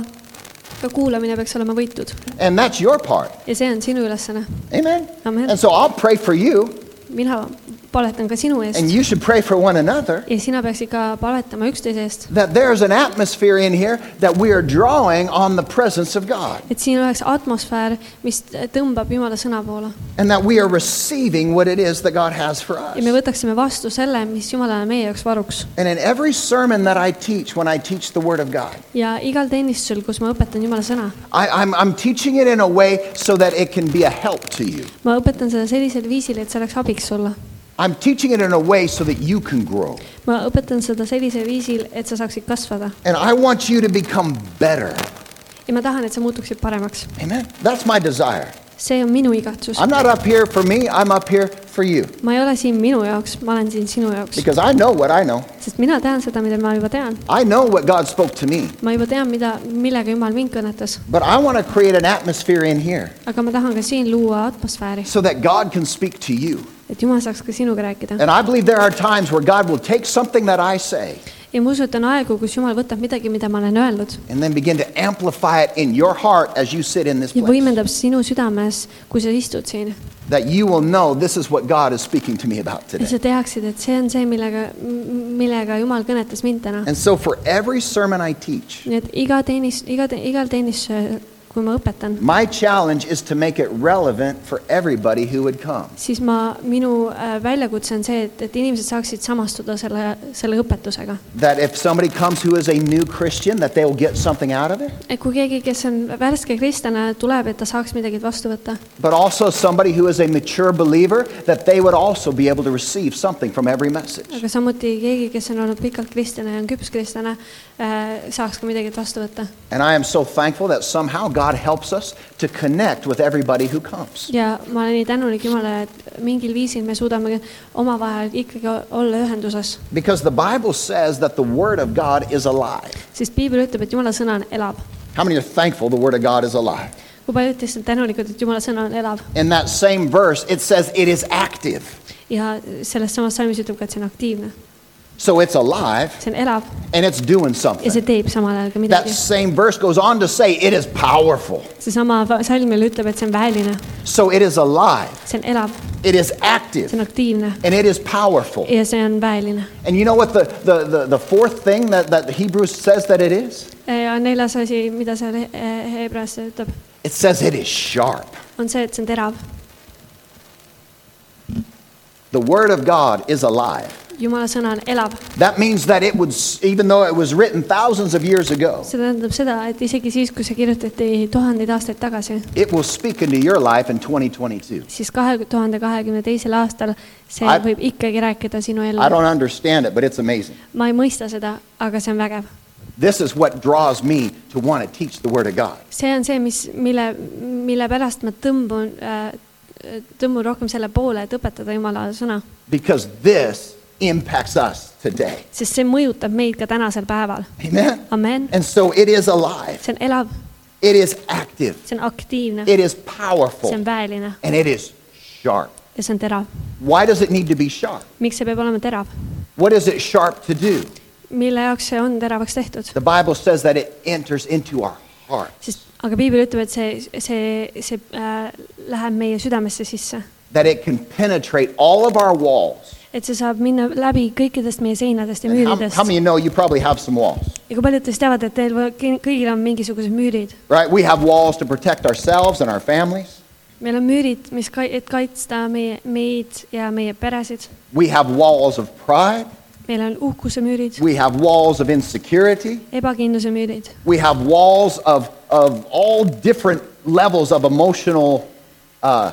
Speaker 2: ka kuulamine peaks olema võitud
Speaker 1: and that's your part.
Speaker 2: ja see on sinu ülesanne .
Speaker 1: Amen.
Speaker 2: Amen.
Speaker 1: And so I'll pray for you,
Speaker 2: mina paletan ka sinu eest
Speaker 1: and you should pray for one another.
Speaker 2: ja sina peaksid ka paletama üksteise eest .
Speaker 1: That there's an atmosphere in here that we are drawing on the presence of God,
Speaker 2: et siin oleks atmosfäär , mis tõmbab Jumala sõna poole
Speaker 1: and that we are receiving what it is that God has for
Speaker 2: ja me
Speaker 1: us.
Speaker 2: võtaksime vastu selle , mis Jumalale meie jaoks varuks .
Speaker 1: And in every sermon that I teach, when I teach the Word of God,
Speaker 2: ja igal teenistusel , kus ma õpetan Jumala sõna ,
Speaker 1: I, I'm, I'm teaching it in a way so that it can be a help to you.
Speaker 2: ma õpetan seda sellisel viisil , et see oleks abiks sulle .
Speaker 1: I'm teaching it in a way so that you can grow.
Speaker 2: ma õpetan seda sellisel viisil , et sa saaksid kasvada
Speaker 1: And I want you to become better.
Speaker 2: ja ma tahan , et sa muutuksid paremaks .
Speaker 1: Amen. That's my desire.
Speaker 2: see on minu igatsus .
Speaker 1: I'm not up here for me, I'm up here for you.
Speaker 2: ma ei ole siin minu jaoks , ma olen siin sinu jaoks ,
Speaker 1: Because I know what I know.
Speaker 2: sest mina tean seda , mida ma juba tean .
Speaker 1: I know what God spoke to me.
Speaker 2: ma juba tean , mida , millega Jumal mind kõnetas ,
Speaker 1: But I want to create an atmosphere in here
Speaker 2: aga ma tahan ka siin luua atmosfääri ,
Speaker 1: so that God can speak to you.
Speaker 2: et Jumal saaks ka sinuga rääkida .
Speaker 1: And I believe there are times where God will take something that I say
Speaker 2: ja ma usun , et on aegu , kus Jumal võtab midagi , mida ma olen öelnud
Speaker 1: and then begin to amplify it in your heart as you sit in this
Speaker 2: ja
Speaker 1: place.
Speaker 2: võimendab sinu südames , kui sa istud siin
Speaker 1: That you will know this is what God is speaking to me about
Speaker 2: ja
Speaker 1: today.
Speaker 2: sa teaksid , et see on see , millega , millega Jumal kõnetas mind täna .
Speaker 1: And so for every sermon I teach,
Speaker 2: nii et iga teenis , iga , igal teenistusel , kui ma õpetan ,
Speaker 1: my challenge is to make it relevant for everybody who would come.
Speaker 2: siis ma , minu äh, väljakutse on see , et , et inimesed saaksid samastuda selle , selle õpetusega .
Speaker 1: That if somebody comes who is a new Christian, that they will get something out of it.
Speaker 2: et kui keegi , kes on värske kristlane , tuleb , et ta saaks midagi vastu võtta ,
Speaker 1: But also somebody who is a mature believer, that they would also be able to receive something from every message.
Speaker 2: aga samuti keegi , kes on olnud pikalt kristlane ja on küps kristlane äh, , saaks ka midagi vastu võtta .
Speaker 1: And I am so thankful that somehow God helps us to connect with everybody who comes.
Speaker 2: ja ma olen nii tänulik Jumalale , et mingil viisil me suudame omavahel ikkagi o- olla ühenduses ,
Speaker 1: Because the Bible says that the Word of God is alive.
Speaker 2: sest piibel ütleb , et Jumala sõna on elav .
Speaker 1: How many are thankful the Word of God is alive?
Speaker 2: kui paljud teist on tänulikud , et Jumala sõna on elav
Speaker 1: In that same verse, it says it is active.
Speaker 2: ja selles samas salmis ütleb ka , et see on aktiivne ,
Speaker 1: So it's alive
Speaker 2: see on elav
Speaker 1: and it's doing
Speaker 2: ja see
Speaker 1: something.
Speaker 2: teeb samal ajal ka
Speaker 1: That
Speaker 2: midagi .
Speaker 1: same verse goes on to say it is powerful.
Speaker 2: seesama va- salm jälle ütleb , et see on väeline ,
Speaker 1: So it is alive,
Speaker 2: see on elav ,
Speaker 1: it is
Speaker 2: see
Speaker 1: active,
Speaker 2: on aktiivne
Speaker 1: and it is powerful.
Speaker 2: ja see on väeline .
Speaker 1: And you know what the, the, the, the fourth thing that, that Hebrews says that it is?
Speaker 2: Äh, ja neljas asi , mida seal he- eh, Hebras ütleb ,
Speaker 1: It says it is sharp.
Speaker 2: on see , et see on terav .
Speaker 1: The Word of God is alive.
Speaker 2: Jumala sõna on elav ,
Speaker 1: That means that it was, even though it was written thousands of years ago,
Speaker 2: see tähendab seda , et isegi siis , kui see kirjutati tuhandeid aastaid tagasi ,
Speaker 1: it will speak into your life in 2022.
Speaker 2: siis kahe tuhande kahekümne teisel aastal see
Speaker 1: I-
Speaker 2: võib ikkagi rääkida sinu
Speaker 1: I
Speaker 2: ellu .
Speaker 1: don't understand it, but it's amazing.
Speaker 2: ma ei mõista seda , aga see on vägev .
Speaker 1: This is what draws me to want to teach the Word of God.
Speaker 2: see on see , mis , mille , mille pärast ma tõmbun äh, , tõmbun rohkem selle poole , et õpetada Jumala sõna ,
Speaker 1: Because this impacts us today.
Speaker 2: sest see mõjutab meid ka tänasel päeval
Speaker 1: Amen?
Speaker 2: Amen.
Speaker 1: And so it is alive,
Speaker 2: see on elav ,
Speaker 1: it is active,
Speaker 2: see on aktiivne ,
Speaker 1: it is
Speaker 2: see on
Speaker 1: powerful,
Speaker 2: väeline
Speaker 1: and it is sharp.
Speaker 2: ja see on terav .
Speaker 1: Why does it need to be sharp?
Speaker 2: miks see peab olema terav ?
Speaker 1: What is it sharp to do?
Speaker 2: mille jaoks see on teravaks tehtud ?
Speaker 1: The Bible says that it enters into our heart,
Speaker 2: sest , aga piibel ütleb , et see , see , see äh, läheb meie südamesse sisse .
Speaker 1: that it can penetrate all of our walls.
Speaker 2: et see saab minna läbi kõikidest meie seinadest ja
Speaker 1: And how,
Speaker 2: müüridest
Speaker 1: how many of you know you probably have some walls,
Speaker 2: ja kui paljud teist teavad , et teil või- ki- kõigil on mingisugused müürid ?
Speaker 1: right? We have walls to protect ourselves and our families.
Speaker 2: meil on müürid , mis kai- , et kaitsta meie , meid ja meie peresid ,
Speaker 1: We have walls of pride.
Speaker 2: meil on uhkuse müürid ,
Speaker 1: We have walls of insecurity.
Speaker 2: ebakindluse müürid ,
Speaker 1: We have walls of, of all different levels of emotional uh,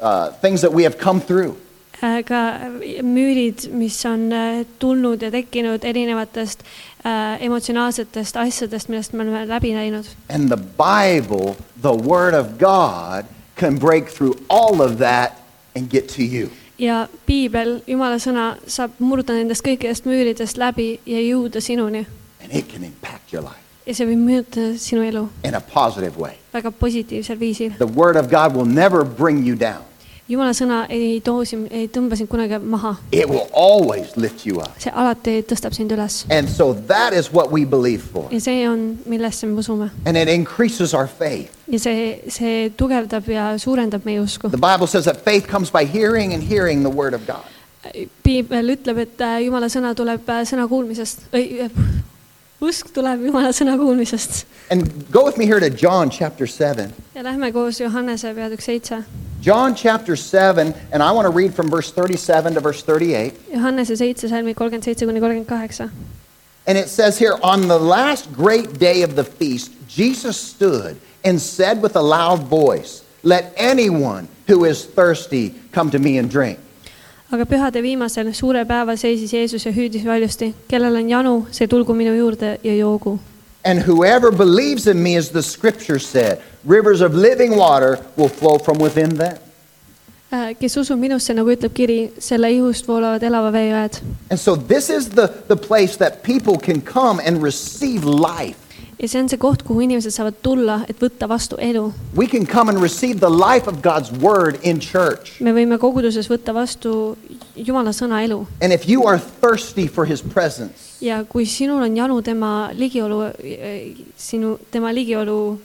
Speaker 1: uh, things that we have come through.
Speaker 2: Äh, ka müürid , mis on äh, tulnud ja tekkinud erinevatest äh, emotsionaalsetest asjadest , millest me oleme läbi näinud .
Speaker 1: And the Bible, the Word of God, can break through all of that and get to you.
Speaker 2: ja piibel , jumala sõna , saab murda nendest kõikidest müüridest läbi ja jõuda sinuni .
Speaker 1: And it can impact your life
Speaker 2: ja see võib mõjutada sinu elu
Speaker 1: in a positive way.
Speaker 2: väga positiivsel viisil .
Speaker 1: The Word of God will never bring you down,
Speaker 2: jumala sõna ei too sind , ei tõmba sind kunagi maha ,
Speaker 1: it will always lift you up.
Speaker 2: see alati tõstab sind üles .
Speaker 1: And so that is what we believe for.
Speaker 2: ja see on , millesse me usume
Speaker 1: And it increases our faith.
Speaker 2: ja see , see tugevdab ja suurendab meie usku
Speaker 1: The . Bible says that faith comes by hearing, and hearing the Word of God.
Speaker 2: piibel ütleb , et äh, jumala sõna tuleb äh, sõna kuulmisest , ei , usk tuleb jumala sõna kuulmisest .
Speaker 1: And go with me here to John chapter 7.
Speaker 2: ja lähme koos Johannese peatükk seitse
Speaker 1: John chapter 7, and I want to read from verse 37 to verse 38.
Speaker 2: Johannese seitse salmi kolmkümmend seitse kuni kolmkümmend kaheksa .
Speaker 1: And it says here, on the last great day of the feast, Jesus stood and said with a loud voice, Let anyone who is thirsty come to me and drink.
Speaker 2: aga pühade viimasel suure päeval seisis Jeesus ja hüüdis valjusti , kellel on janu , see tulgu minu juurde ja joogu .
Speaker 1: And whoever believes in me, as the scripture said, rivers of living water will flow from within them.
Speaker 2: Äh, kes usub minusse , nagu ütleb kiri , selle ihust voolavad elava vee jõed .
Speaker 1: And so, this is the, the place that people can come and receive life.
Speaker 2: ja see on see koht , kuhu inimesed saavad tulla , et võtta vastu elu .
Speaker 1: We can come and receive the life of God's word in church.
Speaker 2: me võime koguduses võtta vastu Jumala sõna elu
Speaker 1: And if you are thirsty for his presence,
Speaker 2: ja kui sinul on janu tema ligiolu , sinu , tema ligiolu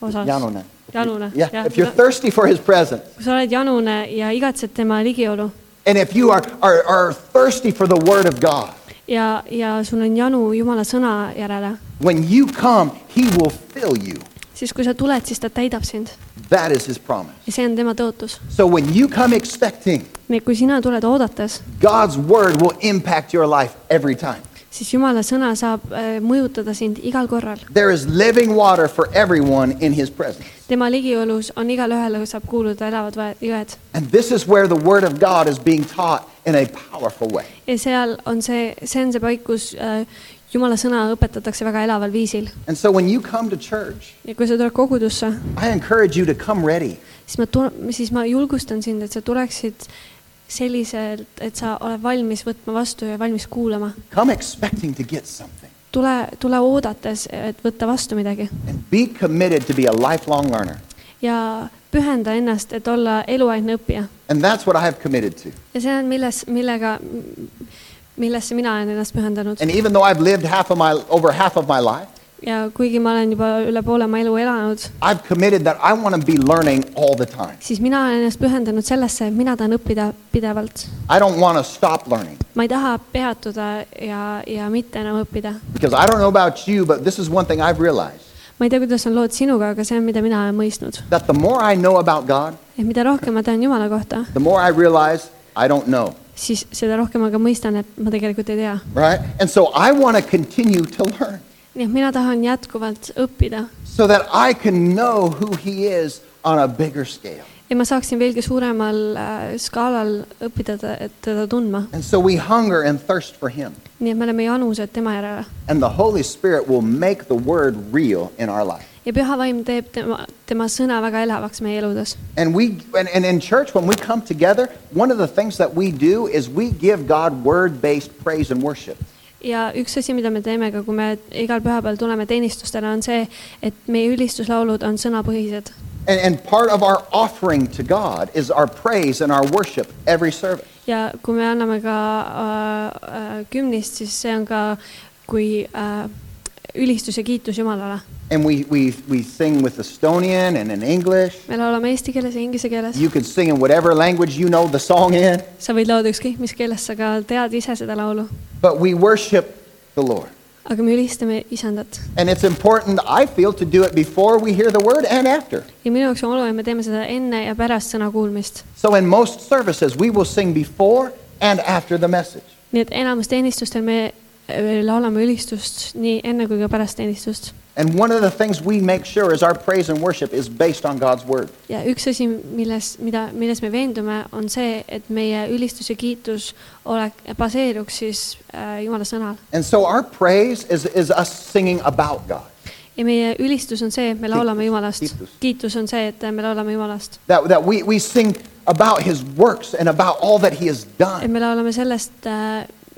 Speaker 2: osas .
Speaker 1: Januna.
Speaker 2: janune .
Speaker 1: yeah, if you're thirsty for his presence,
Speaker 2: kui sa oled janune ja igatsed tema ligiolu
Speaker 1: and if you are, are, are thirsty for the word of God,
Speaker 2: ja , ja sul on janu Jumala sõna järele ,
Speaker 1: when you come, he will fill you.
Speaker 2: siis kui sa tuled , siis ta täidab sind
Speaker 1: That is his promise.
Speaker 2: ja see on tema tõotus .
Speaker 1: So when you come expecting,
Speaker 2: nii et kui sina tuled oodates ,
Speaker 1: God's word will impact your life every time.
Speaker 2: siis Jumala sõna saab äh, mõjutada sind igal korral .
Speaker 1: There is living water for everyone in his presence.
Speaker 2: tema ligiolus on igalühele , saab kuuluda elavad vae- jõed
Speaker 1: And this is where the word of God is being taught in a powerful way.
Speaker 2: ja seal on see , see on see paik , kus äh, Jumala sõna õpetatakse väga elaval viisil .
Speaker 1: And so when you come to church,
Speaker 2: ja kui sa tuled kogudusse ,
Speaker 1: I encourage you to come ready.
Speaker 2: siis ma tu- , siis ma julgustan sind , et sa tuleksid selliselt , et sa oled valmis võtma vastu ja valmis kuulama .
Speaker 1: Come expecting to get something.
Speaker 2: tule , tule oodates , et võtta vastu midagi
Speaker 1: And be committed to be a lifelong learner.
Speaker 2: ja pühenda ennast , et olla eluaegne õppija .
Speaker 1: And that's what I have committed to.
Speaker 2: ja see on , milles , millega , millesse mina olen ennast pühendanud
Speaker 1: And even though I've lived half of my, over half of my life,
Speaker 2: ja kuigi ma olen juba üle poole oma elu elanud ,
Speaker 1: I've committed that I want to be learning all the time.
Speaker 2: siis mina olen ennast pühendanud sellesse , et mina tahan õppida pidevalt
Speaker 1: I don't want to stop learning
Speaker 2: ma ei taha peatuda ja , ja mitte enam õppida .
Speaker 1: because I don't know about you, but this is one thing I've realized
Speaker 2: ma ei tea , kuidas on lood sinuga , aga see on , mida mina olen mõistnud .
Speaker 1: that the more I know about God,
Speaker 2: et mida rohkem ma tean Jumala kohta ,
Speaker 1: the more I realize I don't know,
Speaker 2: siis seda rohkem ma ka mõistan , et ma tegelikult ei tea .
Speaker 1: right? And so I want to continue to learn
Speaker 2: nii et mina tahan jätkuvalt õppida
Speaker 1: so that I can know who He is on a bigger scale.
Speaker 2: ja ma saaksin veelgi suuremal äh, skaalal õppida ta, et teda tundma .
Speaker 1: And so we hunger and thirst for Him.
Speaker 2: nii et me oleme janused tema järele
Speaker 1: And the Holy Spirit will make the word real in our life.
Speaker 2: ja püha vaim teeb tema , tema sõna väga elavaks meie eludes .
Speaker 1: And we and, and in church when we come together, one of the things that we do is we give God word-based praise and worship.
Speaker 2: ja üks asi , mida me teeme ka , kui me igal pühapäeval tuleme teenistustele , on see , et meie ülistuslaulud on sõnapõhised
Speaker 1: And, and part of our offering to God is our praise and our worship every service.
Speaker 2: ja kui me anname ka äh, äh, kümnist , siis see on ka kui äh, ülistus ja kiitus Jumalale .
Speaker 1: And we, we, we sing with Estonian and in English.
Speaker 2: me laulame eesti keeles ja inglise keeles .
Speaker 1: You can sing in whatever language you know the song in,
Speaker 2: sa võid laulda ükskõik mis keeles , sa ka tead ise seda laulu ,
Speaker 1: but we worship the Lord.
Speaker 2: aga me ülistame Isandat .
Speaker 1: And it's important, I feel, to do it before we hear the word and after.
Speaker 2: ja minu jaoks on oluline , me teeme seda enne ja pärast sõna kuulmist .
Speaker 1: So in most services, we will sing before and after the message.
Speaker 2: nii et enamus teenistustel me äh, laulame ülistust nii enne kui ka pärast teenistust .
Speaker 1: And one of the things we make sure is our praise and worship is based on God's word.
Speaker 2: ja üks asi , milles , mida , milles me veendume , on see , et meie ülistus ja kiitus olek- , baseeruks siis äh, Jumala sõnal .
Speaker 1: And so our praise is, is us singing about God.
Speaker 2: ja meie ülistus on see , et me laulame Jumalast
Speaker 1: Kiitus. .
Speaker 2: kiitus on see , et me laulame Jumalast .
Speaker 1: That, that we, we sing about his works and about all that he has
Speaker 2: et
Speaker 1: done.
Speaker 2: me laulame sellest ,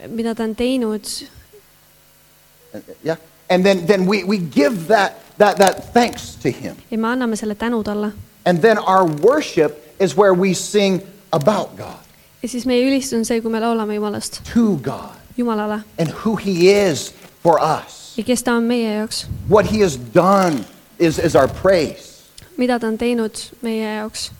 Speaker 2: mida ta on teinud
Speaker 1: Yeah? And then, then we, we give that, that, that thanks to him.
Speaker 2: ja me anname selle tänu talle .
Speaker 1: And then our worship is where we sing about God,
Speaker 2: ja siis meie ülistus on see , kui me laulame Jumalast ,
Speaker 1: to God,
Speaker 2: Jumalale
Speaker 1: and who he is for us.
Speaker 2: ja kes ta on meie jaoks ,
Speaker 1: What he has done is, is our praise.
Speaker 2: mida ta on teinud meie jaoks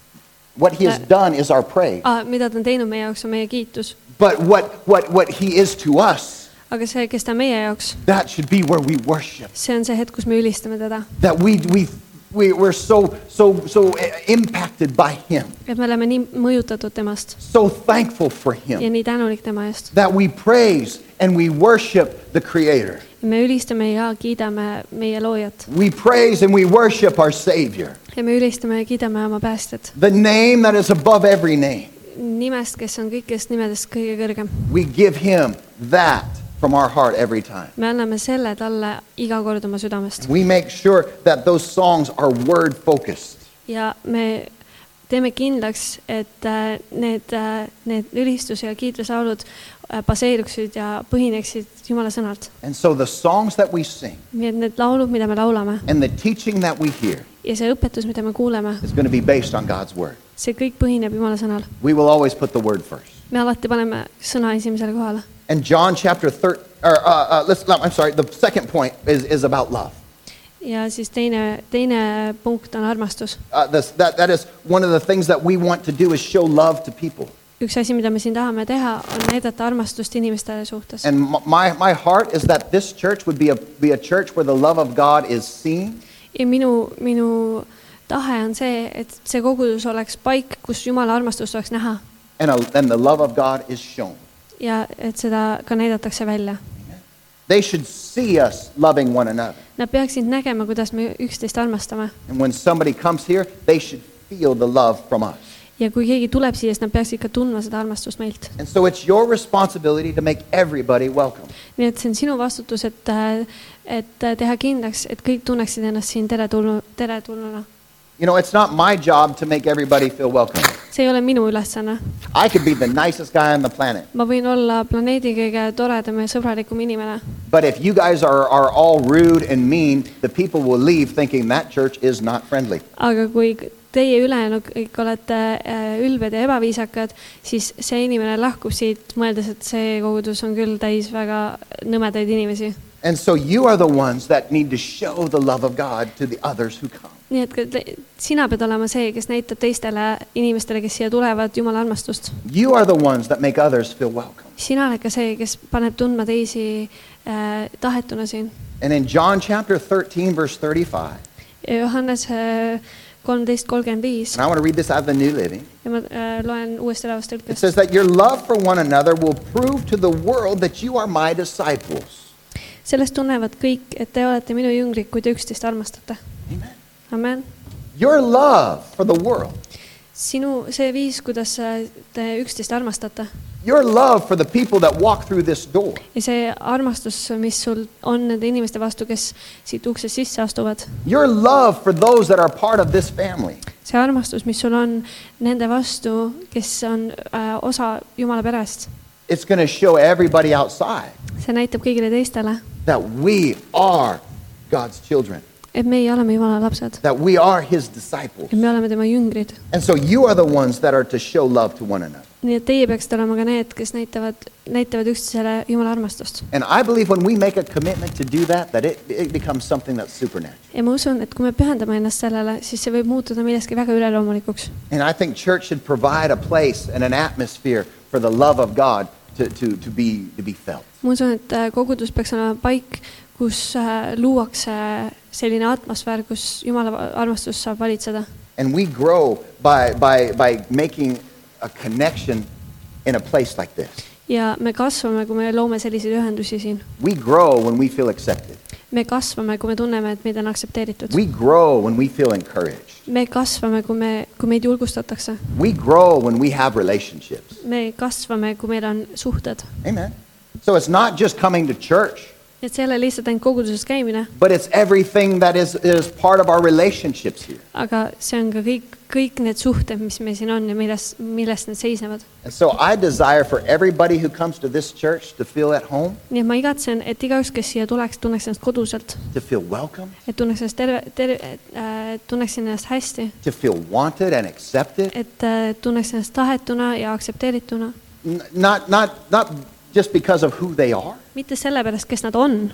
Speaker 1: What he has
Speaker 2: That-
Speaker 1: done is our praise.
Speaker 2: ah, , mida ta on teinud meie jaoks , on meie kiitus .
Speaker 1: But what, what, what he is to us,
Speaker 2: aga see , kes ta on meie jaoks ,
Speaker 1: that should be where we worship.
Speaker 2: see on see hetk , kus me ülistame teda ,
Speaker 1: That we, we, we, we're so, so, so eh, impacted by him,
Speaker 2: et me oleme nii mõjutatud temast
Speaker 1: so thankful for
Speaker 2: ja
Speaker 1: him,
Speaker 2: nii tänulik tema eest .
Speaker 1: that we praise and we worship the Creator.
Speaker 2: me ülistame ja kiidame meie loojat
Speaker 1: We praise and we worship our Savior,
Speaker 2: ja me ülistame ja kiidame oma päästjat ,
Speaker 1: the name that is above every name.
Speaker 2: nimest , kes on kõikidest nimedest kõige kõrgem .
Speaker 1: We give him that from our heart every time.
Speaker 2: me anname selle talle iga kord oma südamest
Speaker 1: We make sure that those songs are word focused.
Speaker 2: ja me teeme kindlaks , et äh, need , need ülistus- ja kiitluslaulud äh, baseeruksid ja põhineksid Jumala sõnalt .
Speaker 1: And so the songs that we sing
Speaker 2: nii et need laulud , mida me laulame
Speaker 1: and the teaching that we hear
Speaker 2: ja see õpetus , mida me kuuleme ,
Speaker 1: is going to be based on God's word.
Speaker 2: see kõik põhineb Jumala sõnal .
Speaker 1: We will always put the word first.
Speaker 2: me alati paneme sõna esimesele kohale .
Speaker 1: And John chapter 3, or uh, uh, let's, no, I'm sorry, the second point is, is about love.
Speaker 2: ja siis teine , teine punkt on armastus .
Speaker 1: Uh, this, that, that is one of the things that we want to do is show love to people.
Speaker 2: üks asi , mida me siin tahame teha , on näidata armastust inimeste suhtes .
Speaker 1: And m- my, my heart is that this church would be a, be a church where the love of God is seen,
Speaker 2: ja minu , minu tahe on see , et see kogudus oleks paik , kus Jumala armastust oleks näha
Speaker 1: and, a, and the love of God is shown.
Speaker 2: ja et seda ka näidatakse välja .
Speaker 1: They should see us loving one another.
Speaker 2: Nad peaksid nägema , kuidas me üksteist armastame
Speaker 1: And when somebody comes here, they should feel the love from us.
Speaker 2: ja kui keegi tuleb siia , siis nad peaksid ka tundma seda armastust meilt .
Speaker 1: And so it's your responsibility to make everybody welcome.
Speaker 2: nii et see on sinu vastutus , et , et teha kindlaks , et kõik tunneksid ennast siin teretulnu , teretulnuna .
Speaker 1: You know, it's not my job to make everybody feel welcome.
Speaker 2: see ei ole minu ülesanne .
Speaker 1: I could be the nicest guy on the planet,
Speaker 2: ma võin olla planeedi kõige toredam ja sõbralikum inimene ,
Speaker 1: but if you guys are, are all rude and mean, the people will leave thinking that church is not friendly.
Speaker 2: aga kui k- teie ülejäänud kõik olete äh, ülbed ja ebaviisakad , siis see inimene lahkub siit , mõeldes , et see kogudus on küll täis väga nõmedaid inimesi
Speaker 1: And so you are the ones that need to show the love of God to the others who come.
Speaker 2: nii et ka te- sina pead olema see , kes näitab teistele inimestele , kes siia tulevad , Jumala armastust .
Speaker 1: You are the ones that make others feel welcome.
Speaker 2: sina oled ka see , kes paneb tundma teisi äh, tahetuna siin .
Speaker 1: And in John chapter 13, verse 35,
Speaker 2: Johannes äh, kolmteist kolmkümmend viis
Speaker 1: and I want to read this out of the New Living.
Speaker 2: ja ma äh, loen uuesti elavast
Speaker 1: It
Speaker 2: tõlkest .
Speaker 1: says that your love for one another will prove to the world that you are my disciples.
Speaker 2: sellest tunnevad kõik , et te olete minu jüngrid , kui te üksteist armastate .
Speaker 1: Amen.
Speaker 2: amen .
Speaker 1: Your love for the world,
Speaker 2: sinu , see viis , kuidas äh, te üksteist armastate
Speaker 1: your love for the people that walk through this door,
Speaker 2: ja see armastus , mis sul on nende inimeste vastu , kes siit uksest sisse astuvad
Speaker 1: your love for those that are part of this family,
Speaker 2: see armastus , mis sul on nende vastu , kes on äh, osa Jumala perest ,
Speaker 1: it's going to show everybody outside
Speaker 2: see näitab kõigile teistele ,
Speaker 1: that we are God's children,
Speaker 2: et meie oleme Jumala lapsed ,
Speaker 1: that we are His disciples.
Speaker 2: et me oleme tema jüngrid .
Speaker 1: And so you are the ones that are to show love to one another.
Speaker 2: nii et teie peaksite olema ka need , kes näitavad , näitavad üksteisele Jumala armastust .
Speaker 1: And I believe when we make a commitment to do that, that it, it becomes something that's supernatural.
Speaker 2: ja ma usun , et kui me pühendame ennast sellele , siis see võib muutuda millestki väga ülelammulikuks .
Speaker 1: And I think church should provide a place and an atmosphere for the love of God to, to, to, be, to be felt.
Speaker 2: ma usun , et äh, kogudus peaks olema paik , kus äh, luuakse selline atmosfäär , kus Jumala armastus saab valitseda
Speaker 1: And we grow by, by, by making a connection in a place like this.
Speaker 2: ja me kasvame , kui me loome selliseid ühendusi siin
Speaker 1: We grow when we feel accepted.
Speaker 2: me kasvame , kui me tunneme , et meid on aktsepteeritud .
Speaker 1: We grow when we feel encouraged.
Speaker 2: me kasvame , kui me , kui meid julgustatakse .
Speaker 1: We grow when we have relationships.
Speaker 2: me kasvame , kui meil on suhted .
Speaker 1: Amen. So it's not just coming to church,
Speaker 2: et see ei ole lihtsalt ainult koguduses käimine ,
Speaker 1: but it's everything that is, is part of our relationships here.
Speaker 2: aga see on ka kõik , kõik need suhted , mis meil siin on ja milles , milles need seisnevad .
Speaker 1: And so I desire for everybody who comes to this church to feel at home,
Speaker 2: nii et ma igatsen , et igaüks , kes siia tuleks , tunneks ennast koduselt ,
Speaker 1: to feel welcome.
Speaker 2: et tunneks ennast terve , terve äh, , tunneksin ennast hästi ,
Speaker 1: to feel wanted and accepted,
Speaker 2: et äh, tunneks ennast tahetuna ja aktsepteerituna .
Speaker 1: N- not, not, not just because of who they are,
Speaker 2: mitte sellepärast , kes nad on ,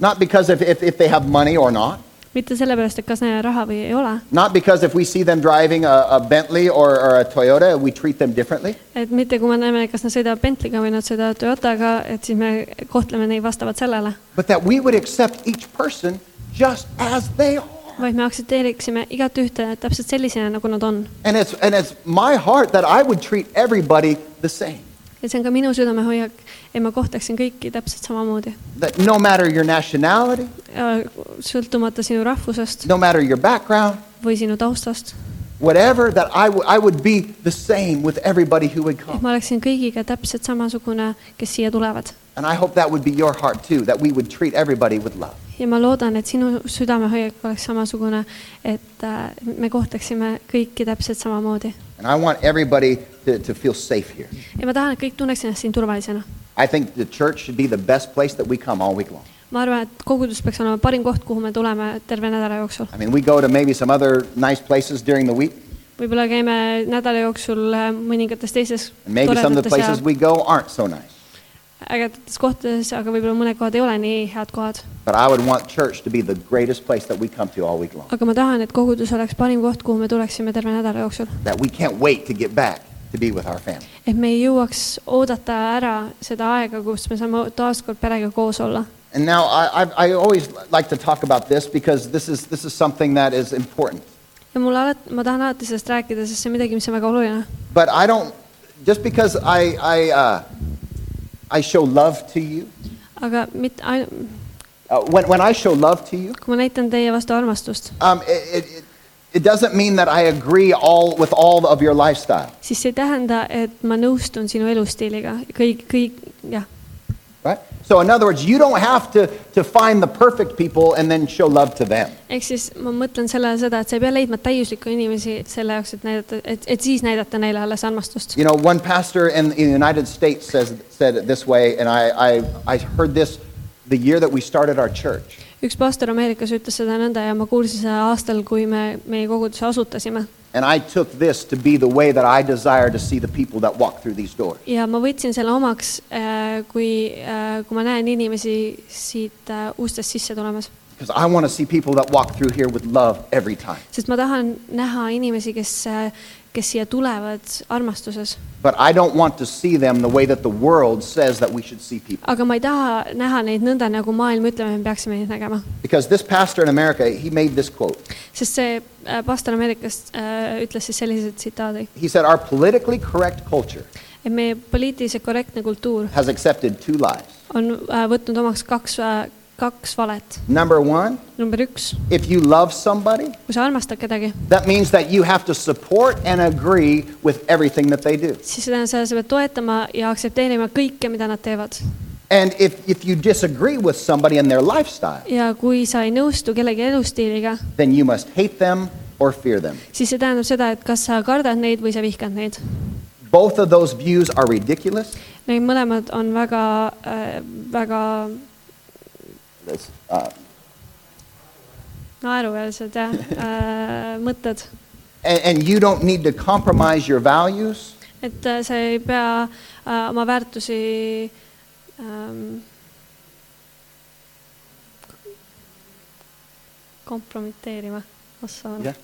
Speaker 1: not because if, if, if they have money or not,
Speaker 2: mitte sellepärast , et kas neil on raha või ei ole
Speaker 1: not because if we see them driving a, a Bentley or, or a Toyota, we treat them differently,
Speaker 2: et mitte , kui me näeme , kas nad sõidavad Bentley'ga või nad sõidavad Toyotaga , et siis me kohtleme neid vastavalt sellele ,
Speaker 1: but that we would accept each person just as they are.
Speaker 2: vaid me aktsepteeriksime igat ühte täpselt sellisena , nagu nad on .
Speaker 1: And it's, and it's my heart that I would treat everybody the same,
Speaker 2: ja see on ka minu südamehoiak , et ma kohtaksin kõiki täpselt samamoodi ,
Speaker 1: that no matter your nationality,
Speaker 2: sõltumata sinu rahvusest
Speaker 1: no matter your background,
Speaker 2: või sinu taustast .
Speaker 1: whatever, that I would- I would be the same with everybody who would
Speaker 2: et
Speaker 1: come.
Speaker 2: ma oleksin kõigiga täpselt samasugune , kes siia tulevad .
Speaker 1: And I hope that would be your heart too, that we would treat everybody with love.
Speaker 2: ja ma loodan , et sinu südamehoiak oleks samasugune , et äh, me kohtleksime kõiki täpselt samamoodi .
Speaker 1: And I want everybody to, to feel safe here.
Speaker 2: ja ma tahan , et kõik tunneks ennast siin turvalisena .
Speaker 1: I think the church should be the best place that we come all week long.
Speaker 2: ma arvan , et kogudus peaks olema parim koht , kuhu me tuleme terve nädala jooksul .
Speaker 1: I mean, we go to maybe some other nice places during the week,
Speaker 2: võib-olla käime nädala jooksul äh, mõningates teistes
Speaker 1: and maybe some of the
Speaker 2: toredates ja
Speaker 1: places we go aren't so nice.
Speaker 2: ägedates kohtades , aga võib-olla mõned kohad ei ole nii head kohad .
Speaker 1: But I would want church to be the greatest place that we come to all week long.
Speaker 2: aga ma tahan , et kogudus oleks parim koht , kuhu me tuleksime terve nädala jooksul .
Speaker 1: That we can't wait to get back to be with our family.
Speaker 2: et me ei jõuaks oodata ära seda aega , kus me saame taaskord perega koos olla .
Speaker 1: And now I, I, I always like to talk about this because this is, this is something that is important.
Speaker 2: ja mul alati , ma tahan alati sellest rääkida , sest see on midagi , mis on väga oluline .
Speaker 1: But I don't, just because I, I, uh, I show love to you,
Speaker 2: aga mitte ain- ,
Speaker 1: uh, when, when I show love to you,
Speaker 2: kui ma näitan teie vastu armastust ,
Speaker 1: um, it, it, it, it doesn't mean that I agree all, with all of your lifestyle,
Speaker 2: siis see ei tähenda , et ma nõustun sinu elustiiliga , kõik , kõik , jah .
Speaker 1: right? So, in other words, you don't have to, to find the perfect people and then show love to them.
Speaker 2: ehk siis ma mõtlen selle all seda , et sa ei pea leidma täiuslikku inimesi selle jaoks , et näidata , et , et siis näidata neile alles armastust .
Speaker 1: You know, one pastor in the United States says, said it this way, and I, I, I heard this the year that we started our church.
Speaker 2: üks pastor Ameerikas ütles seda nõnda ja ma kuulsin seda aastal , kui me meie koguduse asutasime
Speaker 1: And I took this to be the way that I desire to see the people that walk through these doors.
Speaker 2: ja ma võtsin selle omaks , kui , kui ma näen inimesi siit äh, ustest sisse tulemas ,
Speaker 1: Because I want to see people that walk through here with love every time.
Speaker 2: sest ma tahan näha inimesi , kes , kes siia tulevad armastuses ,
Speaker 1: But I don't want to see them the way that the world says that we should see people.
Speaker 2: aga ma ei taha näha neid nõnda , nagu maailm ütleb , et me peaksime neid nägema ,
Speaker 1: Because this pastor in America, he made this quote.
Speaker 2: sest see äh, pastor Ameerikast äh, ütles siis sellise tsitaadi ,
Speaker 1: He said, Our politically correct culture
Speaker 2: et meie poliitiliselt korrektne kultuur
Speaker 1: has accepted two lies.
Speaker 2: on äh, võtnud omaks kaks , kaks valet ,
Speaker 1: Number one,
Speaker 2: number üks ,
Speaker 1: if you love somebody,
Speaker 2: kui sa armastad kedagi ,
Speaker 1: that means that you have to support and agree with everything that they do.
Speaker 2: siis see tähendab seda , sa pead toetama ja aktsepteerima kõike , mida nad teevad
Speaker 1: And if, if you disagree with somebody in their lifestyle,
Speaker 2: ja kui sa ei nõustu kellegi elustiiliga ,
Speaker 1: then you must hate them or fear them.
Speaker 2: siis see tähendab seda , et kas sa kardad neid või sa vihkad neid .
Speaker 1: Both of those views are ridiculous.
Speaker 2: Need mõlemad on väga äh, , väga
Speaker 1: That's, uh,
Speaker 2: naeruväärsed jah äh, , mõtted .
Speaker 1: and, and you don't need to compromise your values
Speaker 2: et äh, sa ei pea äh, oma väärtusi ähm, kompromiteerima , ossa on
Speaker 1: Yeah.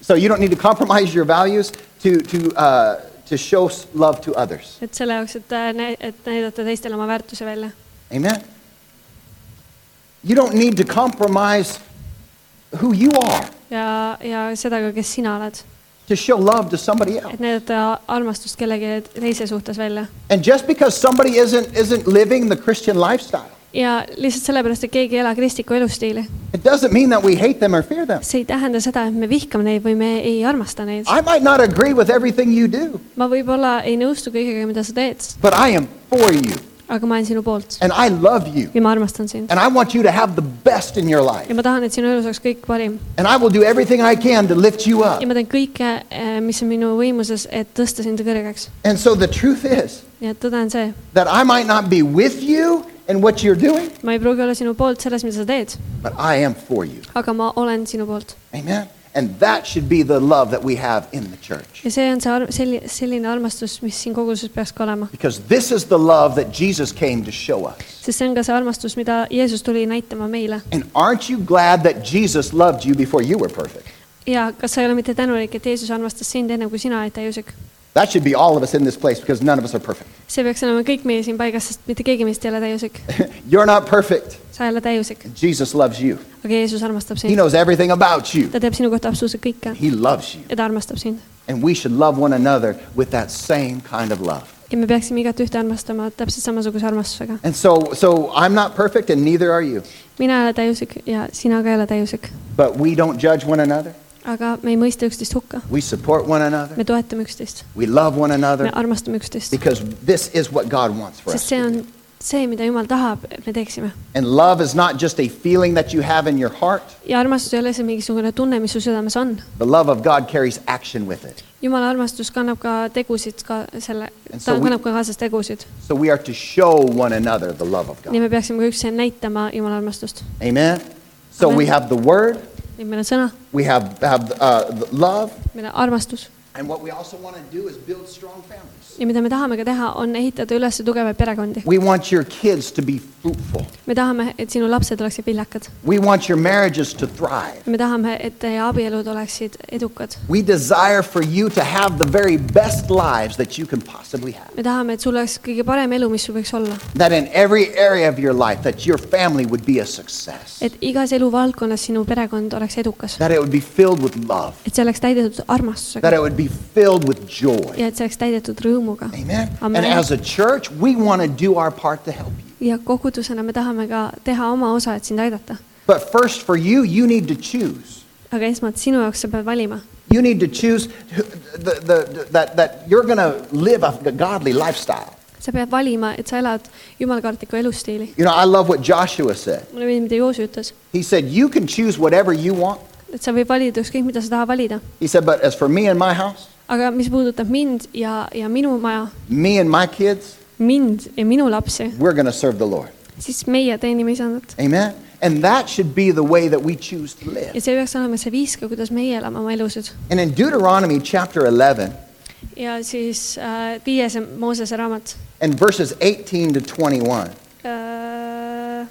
Speaker 1: So you don't need to compromise your values to, to, uh, to show s- love to others.
Speaker 2: et selle jaoks , et äh, nä- , et näidata teistele oma väärtuse välja
Speaker 1: Amen. You don't need to compromise who you are
Speaker 2: ja , ja seda ka , kes sina oled
Speaker 1: to show love to somebody else.
Speaker 2: et näidata armastust kellegi teise suhtes välja .
Speaker 1: And just because somebody isn't, isn't living the Christian lifestyle,
Speaker 2: ja lihtsalt sellepärast , et keegi ei ela kristliku elustiili ,
Speaker 1: it doesn't mean that we hate them or fear them.
Speaker 2: see ei tähenda seda , et me vihkame neid või me ei armasta neid .
Speaker 1: I might not agree with everything you do,
Speaker 2: ma võib-olla ei nõustu kõigega , mida sa teed ,
Speaker 1: but I am for you
Speaker 2: aga ma olen sinu poolt
Speaker 1: and I love you
Speaker 2: ja ma armastan sind .
Speaker 1: and I want you to have the best in your life.
Speaker 2: ja ma tahan , et sinu elus oleks kõik parim
Speaker 1: And I will do everything I can to lift you up.
Speaker 2: ja ma teen kõike , mis on minu võimuses , et tõsta sind kõrgeks .
Speaker 1: And so the truth is
Speaker 2: nii et tõde on see ,
Speaker 1: that I might not be with you in what you're doing,
Speaker 2: ma ei pruugi olla sinu poolt selles , mida sa teed ,
Speaker 1: but I am for you.
Speaker 2: aga ma olen sinu poolt .
Speaker 1: Amen. And that should be the love that we have in the church.
Speaker 2: ja see on see arm- , selli- , selline armastus , mis siin koguduses peaks ka olema ,
Speaker 1: Because this is the love that Jesus came to show us.
Speaker 2: sest see on ka see armastus , mida Jeesus tuli näitama meile
Speaker 1: And aren't you glad that Jesus loved you before you were perfect?
Speaker 2: ja kas sa ei ole mitte tänulik , et Jeesus armastas sind enne , kui sina olid täiuslik ?
Speaker 1: That should be all of us in this place because none of us are perfect.
Speaker 2: see peaks olema kõik meie siin paigas , sest mitte keegi meist ei ole täiuslik .
Speaker 1: You're not perfect.
Speaker 2: sa ei ole täiuslik ,
Speaker 1: Jesus loves you.
Speaker 2: aga Jeesus armastab
Speaker 1: He
Speaker 2: sind .
Speaker 1: knows everything about you.
Speaker 2: ta teeb sinu kohta absoluutselt kõike
Speaker 1: He loves you.
Speaker 2: ja ta armastab sind .
Speaker 1: And we should love one another with that same kind of love.
Speaker 2: ja me peaksime igat ühte armastama täpselt samasuguse armastusega .
Speaker 1: And so, so I'm not perfect and neither are you.
Speaker 2: mina ei ole täiuslik ja sina ka ei ole täiuslik ,
Speaker 1: But we don't judge one another.
Speaker 2: aga me ei mõista üksteist hukka .
Speaker 1: We support one another.
Speaker 2: me toetame üksteist ,
Speaker 1: We love one
Speaker 2: me
Speaker 1: another
Speaker 2: armastame üksteist ,
Speaker 1: because this is what God wants for us.
Speaker 2: sest see on see , mida Jumal tahab , et me teeksime .
Speaker 1: And love is not just a feeling that you have in your heart.
Speaker 2: ja armastus ei ole see mingisugune tunne , mis su südames on .
Speaker 1: The love of God carries action with it.
Speaker 2: Jumala armastus kannab ka tegusid ka selle ,
Speaker 1: And so
Speaker 2: ta
Speaker 1: we-
Speaker 2: kannab ka kaasas tegusid .
Speaker 1: So we are to show one another the love of
Speaker 2: nii
Speaker 1: God.
Speaker 2: me peaksime ka üksteisele näitama Jumala armastust .
Speaker 1: Amen. So we have the word,
Speaker 2: nii meil on sõna ,
Speaker 1: we have, have uh, the love,
Speaker 2: meil on armastus
Speaker 1: and what we also want to do is build strong families.
Speaker 2: ja mida me tahame ka teha , on ehitada üles tugevaid perekondi .
Speaker 1: We want your kids to be fruitful.
Speaker 2: me tahame , et sinu lapsed oleksid viljakad .
Speaker 1: We want your marriages to thrive.
Speaker 2: me tahame , et teie abielud oleksid edukad .
Speaker 1: We desire for you to have the very best lives that you can possibly have.
Speaker 2: me tahame , et sul oleks kõige parem elu , mis sul võiks olla .
Speaker 1: That in every area of your life that your family would be a success.
Speaker 2: et igas eluvaldkonnas sinu perekond oleks edukas .
Speaker 1: That it would be filled with love.
Speaker 2: et see oleks täidetud
Speaker 1: That
Speaker 2: armastusega
Speaker 1: it would be filled with joy.
Speaker 2: ja et see oleks täidetud rõõmuga .
Speaker 1: Amen.
Speaker 2: Amen.
Speaker 1: And as a church, we want to do our part to help you.
Speaker 2: ja kogudusena me tahame ka teha oma osa , et sind aidata .
Speaker 1: But first, for you, you need to choose.
Speaker 2: aga esmalt sinu jaoks sa pead valima .
Speaker 1: You need to choose who- the, the, that, that you're going to live a godly lifestyle.
Speaker 2: sa pead valima , et sa elad jumalkartliku elustiili .
Speaker 1: You know, I love what Joshua said.
Speaker 2: mulle meeldib , mida Joosu ütles ,
Speaker 1: He said, You can choose whatever you want.
Speaker 2: et sa võid valida ükskõik , mida sa tahad valida .
Speaker 1: He said, But as for me and my house,
Speaker 2: aga mis puudutab mind ja , ja minu maja ,
Speaker 1: me and my kids,
Speaker 2: mind ja minu lapsi ,
Speaker 1: we're going to serve the Lord.
Speaker 2: siis meie teenime isandat .
Speaker 1: Amen. And that should be the way that we choose to
Speaker 2: ja
Speaker 1: live.
Speaker 2: see peaks olema see viis ka , kuidas meie elame oma elusid .
Speaker 1: And in Deuteronomy chapter 11
Speaker 2: ja siis äh, viies Moosese raamat
Speaker 1: and verses 18 to 21,
Speaker 2: äh, ,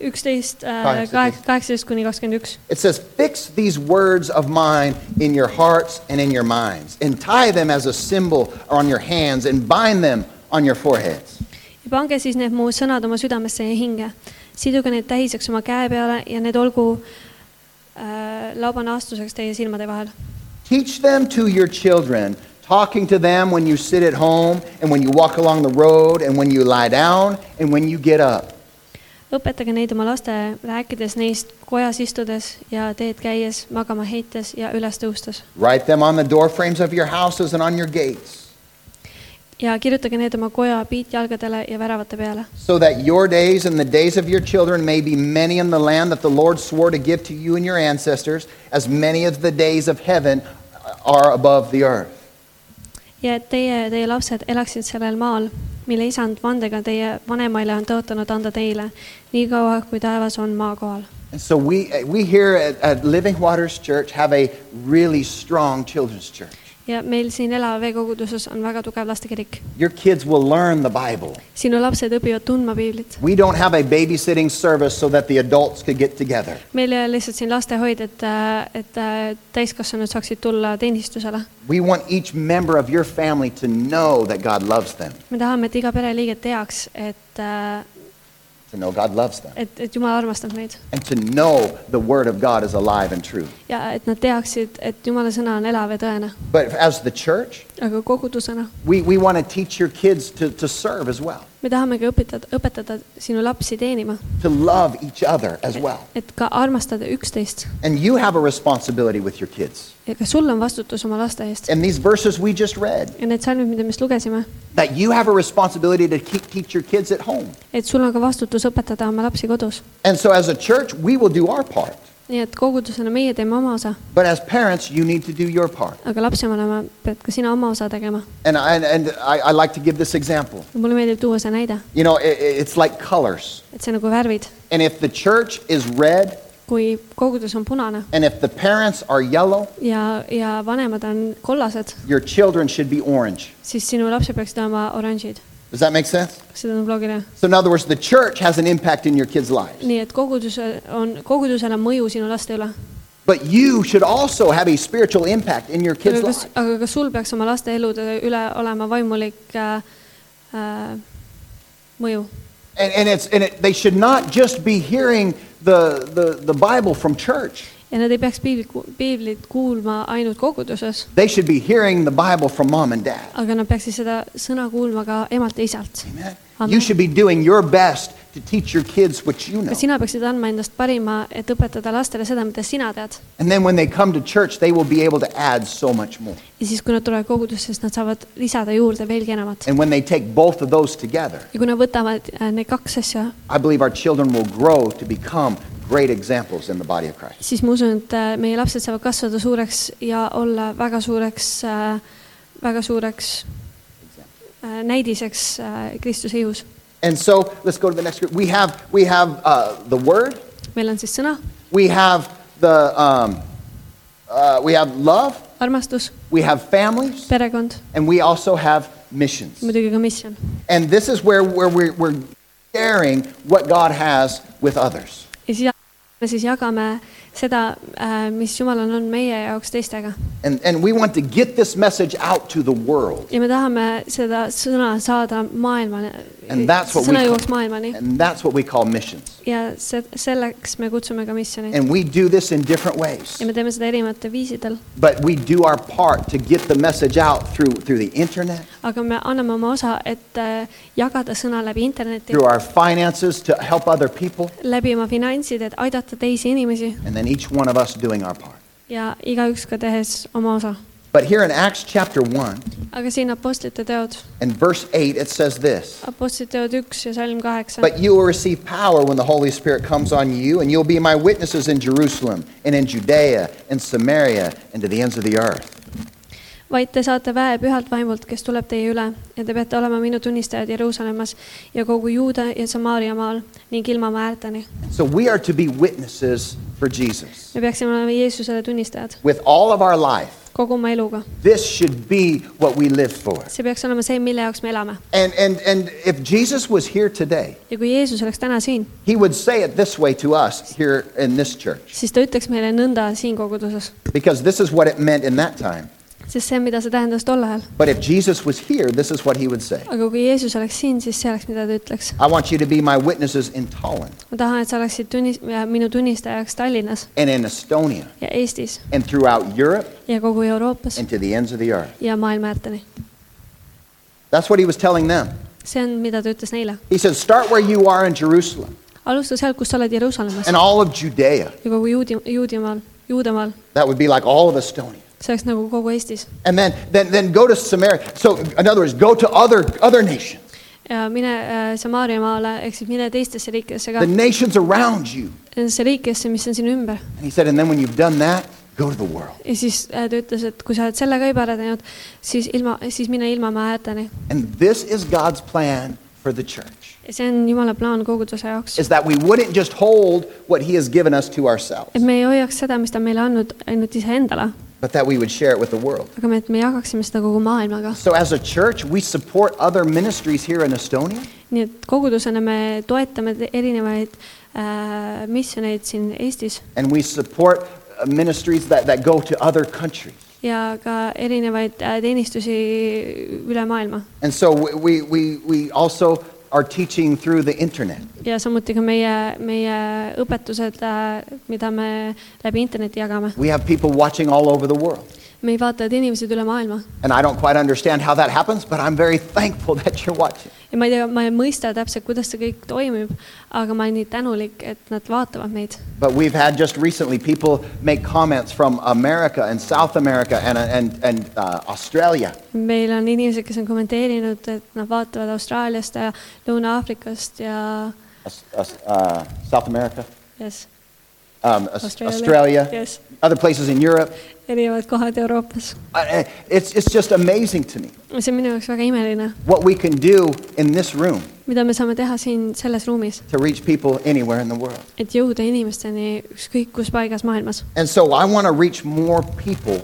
Speaker 2: üksteist äh, ,
Speaker 1: Kaheksateist.
Speaker 2: kaheksateist kuni kakskümmend üks .
Speaker 1: It says, Fix these words of mine in your hearts and in your minds, and tie them as a symbol on your hands, and bind them on your foreheads.
Speaker 2: ja pange siis need mu sõnad oma südamesse ja hinge . siduge need tähiseks oma käe peale ja need olgu äh, laubanaastuseks teie silmade vahel .
Speaker 1: Teach them to your children, talking to them when you sit at home, and when you walk along the road, and when you lie down, and when you get up.
Speaker 2: õpetage neid oma lastele , rääkides neist kojas istudes ja teed käies , magama heites ja üles tõustes .
Speaker 1: Write them on the doorframes of your houses and on your gates,
Speaker 2: ja kirjutage need oma koja piitjalgadele ja väravate peale ,
Speaker 1: so that your days and the days of your children may be many in the land that the Lord swore to give to you and your ancestors, as many as the days of heaven are above the earth.
Speaker 2: ja et teie ja teie lapsed elaksid sellel maal , mille isand vandega teie vanemaile on tõotanud anda teile , niikaua kui taevas on maa kohal
Speaker 1: And so we, we here at, at Living Waters Church have a really strong children's church.
Speaker 2: ja meil siin Elava veekoguduses on väga tugev lastekirik .
Speaker 1: Your kids will learn the Bible.
Speaker 2: sinu lapsed õpivad tundma piiblit .
Speaker 1: We don't have a babysitting service so that the adults could get together.
Speaker 2: meil ei ole lihtsalt siin lastehoid , et , et äh, täiskasvanud saaksid tulla teenistusele .
Speaker 1: We want each member of your family to know that God loves them,
Speaker 2: me tahame , et iga pereliige teaks , et ,
Speaker 1: to know God loves them,
Speaker 2: et , et Jumal armastab neid
Speaker 1: and to know the Word of God is alive and true.
Speaker 2: ja et nad teaksid , et Jumala sõna on elav ja tõene .
Speaker 1: But as the church,
Speaker 2: aga kogudusena
Speaker 1: we, we want to teach your kids to, to serve as well,
Speaker 2: me tahamegi õpetada , õpetada sinu lapsi teenima ,
Speaker 1: to love each other as well.
Speaker 2: et ka armastada üksteist
Speaker 1: And you have a responsibility with your kids.
Speaker 2: ja ka sul on vastutus oma laste eest .
Speaker 1: And these verses we just read,
Speaker 2: ja need salmid , mida me just lugesime ,
Speaker 1: that you have a responsibility to keep, teach your kids at home.
Speaker 2: et sul on ka vastutus õpetada oma lapsi kodus
Speaker 1: And so, as a church, we will do our part.
Speaker 2: nii et kogudusena meie teeme oma osa ,
Speaker 1: But as parents, you need to do your part.
Speaker 2: aga lapsevanema pead ka sina oma osa tegema .
Speaker 1: And, I, and I, I like to give this example.
Speaker 2: mulle meeldib tuua see näide ,
Speaker 1: You know, it, it's like colors.
Speaker 2: et see on nagu värvid ,
Speaker 1: And if the church is red,
Speaker 2: kui kogudus on punane
Speaker 1: and if the parents are yellow,
Speaker 2: ja , ja vanemad on kollased ,
Speaker 1: your children should be orange.
Speaker 2: siis sinu lapsed peaksid olema oranžid .
Speaker 1: Does that make sense?
Speaker 2: kas seda on blogile ?
Speaker 1: So, in other words, the church has an impact in your kids' lives.
Speaker 2: nii et koguduse on , kogudusel on mõju sinu laste üle .
Speaker 1: But you should also have a spiritual impact in your kids'
Speaker 2: aga kas
Speaker 1: lives. ,
Speaker 2: aga kas sul peaks oma laste elude üle olema vaimulik äh, äh, mõju ?
Speaker 1: And, and, it's, and it, they should not just be hearing the, the, the Bible from church.
Speaker 2: ja nad ei peaks piiblit , piiblit kuulma ainult koguduses ,
Speaker 1: They should be hearing the Bible from mom and dad.
Speaker 2: aga nad peaksid seda sõna kuulma ka emalt ja isalt
Speaker 1: Amen.
Speaker 2: Amen.
Speaker 1: You should be doing your best to teach your kids what you know.
Speaker 2: kas sina peaksid andma endast parima , et õpetada lastele seda , mida sina tead ?
Speaker 1: And then when they come to church, they will be able to add so much more.
Speaker 2: ja siis , kui nad tulevad kogudusse , siis nad saavad lisada juurde veelgi enamat .
Speaker 1: And when they take both of those together,
Speaker 2: ja kui nad võtavad äh, need kaks asja ,
Speaker 1: I believe our children will grow to become great examples in the body of Christ.
Speaker 2: siis ma usun , et äh, meie lapsed saavad kasvada suureks ja olla väga suureks , väga suureks äh, näidiseks äh, Kristuse ihus .
Speaker 1: And so let's go to the next group. We have, we have uh, the Word,
Speaker 2: meil on siis sõna ,
Speaker 1: we have, the, um, uh, we have love,
Speaker 2: armastus ,
Speaker 1: we have families,
Speaker 2: perekond ,
Speaker 1: and we also have missions.
Speaker 2: muidugi ka missioon .
Speaker 1: And this is where, where we're, we're sharing what God has with others.
Speaker 2: ja siis me siis jagame seda , mis Jumal on andnud meie jaoks teistega
Speaker 1: And, and we want to get this message out to the world.
Speaker 2: ja me tahame seda sõna saada maailmale
Speaker 1: And , that's what we
Speaker 2: sõna
Speaker 1: call-
Speaker 2: jõuaks maailmani
Speaker 1: And that's what we call missions.
Speaker 2: ja se- , selleks me kutsume ka missioneid
Speaker 1: And we do this in different ways.
Speaker 2: ja me teeme seda erinevatel viisidel ,
Speaker 1: But we do our part to get the message out through, through the internet,
Speaker 2: aga me anname oma osa , et äh, jagada sõna läbi interneti
Speaker 1: through our finances to help other people,
Speaker 2: läbi oma finantsid , et aidata teisi inimesi
Speaker 1: and then each one of us doing our part.
Speaker 2: ja igaüks ka tehes oma osa .
Speaker 1: But here in Acts chapter 1
Speaker 2: aga siin Apostlite teod ,
Speaker 1: and verse 8, it says this
Speaker 2: Apostlite teod üks ja salm kaheksa .
Speaker 1: But you will receive power when the Holy Spirit comes on you, and you'll be my witnesses in Jerusalem, and in Judea, and Samaria, and to the ends of the earth.
Speaker 2: vaid te saate väe pühalt vaimult , kes tuleb teie üle ja te peate olema minu tunnistajad Jeruusalemmas ja kogu Juuda ja Samaaria maal ning ilma oma äärteni .
Speaker 1: So we are to be witnesses for Jesus
Speaker 2: me peaksime olema Jeesusele tunnistajad
Speaker 1: with all of our life.
Speaker 2: kogu oma eluga .
Speaker 1: This should be what we live for.
Speaker 2: see peaks olema see , mille jaoks me elame .
Speaker 1: And, and, and if Jesus was here today,
Speaker 2: ja kui Jeesus oleks täna siin ,
Speaker 1: He would say it this way to us here in this church,
Speaker 2: siis ta ütleks meile nõnda siin koguduses ,
Speaker 1: because this is what it meant in that time.
Speaker 2: sest see on , mida see tähendas tol ajal .
Speaker 1: But if Jesus was here, this is what he would say
Speaker 2: aga kui Jeesus oleks siin , siis see oleks , mida ta ütleks .
Speaker 1: I want you to be my witnesses in Tallinn
Speaker 2: ma tahan , et sa oleksid tunnis- , minu tunnistajaks Tallinnas
Speaker 1: and in Estonia
Speaker 2: ja Eestis
Speaker 1: and throughout Europe
Speaker 2: ja kogu Euroopas
Speaker 1: and to the ends of the earth.
Speaker 2: ja maailma äärteni .
Speaker 1: That's what he was telling them.
Speaker 2: see on , mida ta ütles neile
Speaker 1: He said, Start where you are in Jerusalem
Speaker 2: alusta sealt , kus sa oled Jeruusalemmas
Speaker 1: and all of Judea.
Speaker 2: ja kogu juudi , juudimaal , juudamaal ,
Speaker 1: That would be like all of Estonia.
Speaker 2: see oleks nagu kogu Eestis .
Speaker 1: And then, then, then go to Samaria. So, in other words, go to other, other nations,
Speaker 2: ja mine äh, Samaaria maale , ehk siis mine teistesse riikidesse ka
Speaker 1: the , nations around you.
Speaker 2: nendesse riikidesse , mis on sinu ümber .
Speaker 1: And he said, And then when you've done that, go to the world.
Speaker 2: ja siis äh, ta ütles , et kui sa oled selle ka juba ära teinud , siis ilma , siis mine ilma oma häälteni .
Speaker 1: And this is God's plan for the church.
Speaker 2: ja see on jumala plaan koguduse jaoks .
Speaker 1: Is that we wouldn't just hold what he has given us to ourselves,
Speaker 2: et me ei hoiaks seda , mis ta on meile andnud , ainult iseendale ,
Speaker 1: but that we would share it with the world.
Speaker 2: aga me , et me jagaksime seda kogu maailmaga .
Speaker 1: So as a church, we support other ministries here in Estonia.
Speaker 2: nii et kogudusena me toetame te- erinevaid äh, missioneid siin Eestis
Speaker 1: and we support uh, ministries that, that go to other countries.
Speaker 2: ja ka erinevaid äh, teenistusi üle maailma
Speaker 1: And so we, we, we also are teaching through the internet.
Speaker 2: ja samuti ka meie , meie õpetused , mida me läbi interneti jagame .
Speaker 1: We have people watching all over the world.
Speaker 2: meid vaatavad inimesed üle maailma
Speaker 1: And I don't quite understand how that happens, but I'm very [laughs] thankful that you're watching.
Speaker 2: ja ma ei tea , ma ei mõista täpselt , kuidas see kõik toimib , aga ma olen nii tänulik , et nad vaatavad meid .
Speaker 1: But we've had just recently people make comments from America and South America and, and, and uh, Australia.
Speaker 2: meil on inimesed , kes on kommenteerinud , et nad vaatavad Austraaliast ja Lõuna-Aafrikast ja
Speaker 1: Aus- Aus- Uh, South America,
Speaker 2: yes,
Speaker 1: um, Aus-
Speaker 2: Australia.
Speaker 1: Australia
Speaker 2: Yes.
Speaker 1: other places in Europe.
Speaker 2: erinevad kohad Euroopas .
Speaker 1: Uh, uh, It's, it's just amazing to me
Speaker 2: see on minu jaoks väga imeline ,
Speaker 1: what we can do in this room
Speaker 2: mida me saame teha siin selles ruumis
Speaker 1: to reach people anywhere in the world.
Speaker 2: et jõuda inimesteni ükskõik kus paigas maailmas
Speaker 1: And so I want to reach more people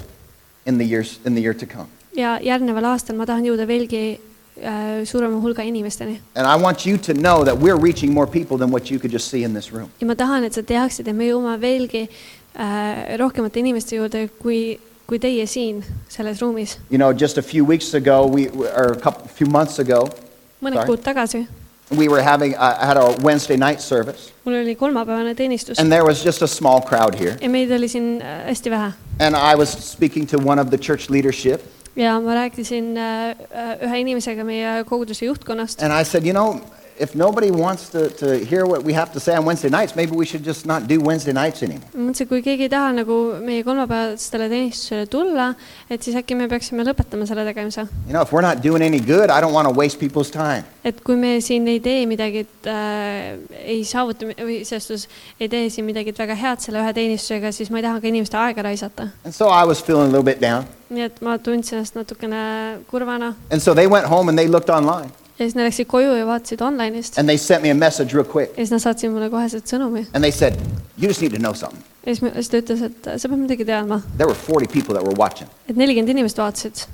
Speaker 1: in the years in the year to come.
Speaker 2: ja järgneval aastal ma tahan jõuda veelgi äh, suurema hulga inimesteni
Speaker 1: And I want you to know that we're reaching more people than what you could just see in this room.
Speaker 2: ja ma tahan , et sa teaksid , et me jõuame veelgi äh, rohkemate inimeste juurde , kui , kui teie siin selles ruumis .
Speaker 1: You know, just a few weeks ago, we or a couple, a few months ago,
Speaker 2: mõned
Speaker 1: Sorry.
Speaker 2: kuud tagasi
Speaker 1: we were having I had a Wednesday night service,
Speaker 2: mul oli kolmapäevane teenistus
Speaker 1: and there was just a small crowd here.
Speaker 2: ja meid oli siin äh, hästi vähe
Speaker 1: And I was speaking to one of the church leadership,
Speaker 2: ja ma rääkisin äh, äh, ühe inimesega meie koguduse juhtkonnast
Speaker 1: and I said, you know, If nobody wants to, to hear what we have to say on Wednesday nights, maybe we should just not do Wednesday nights anymore.
Speaker 2: ma mõtlesin , et kui keegi ei taha nagu meie kolmapäevastele teenistusele tulla , et siis äkki me peaksime lõpetama selle tegemise .
Speaker 1: You know, if we're not doing any good, I don't want to waste people's time.
Speaker 2: et kui me siin ei tee midagi , et äh, ei saavuta või selles suhtes ei tee siin midagi väga head selle ühe teenistusega , siis ma ei taha ka inimeste aega raisata .
Speaker 1: And so I was feeling a little bit down.
Speaker 2: nii et ma tundsin ennast natukene kurvana
Speaker 1: And so they went home and they looked online
Speaker 2: ja siis nad läksid koju ja vaatasid online'ist ja
Speaker 1: and they sent me a message real quick.
Speaker 2: siis nad saatsid mulle koheselt sõnumi
Speaker 1: And they said, You just need to know something.
Speaker 2: ja siis ma- siis ta ütles , et sa pead midagi teadma ,
Speaker 1: There were 40 people that were watching.
Speaker 2: et nelikümmend inimest vaatasid .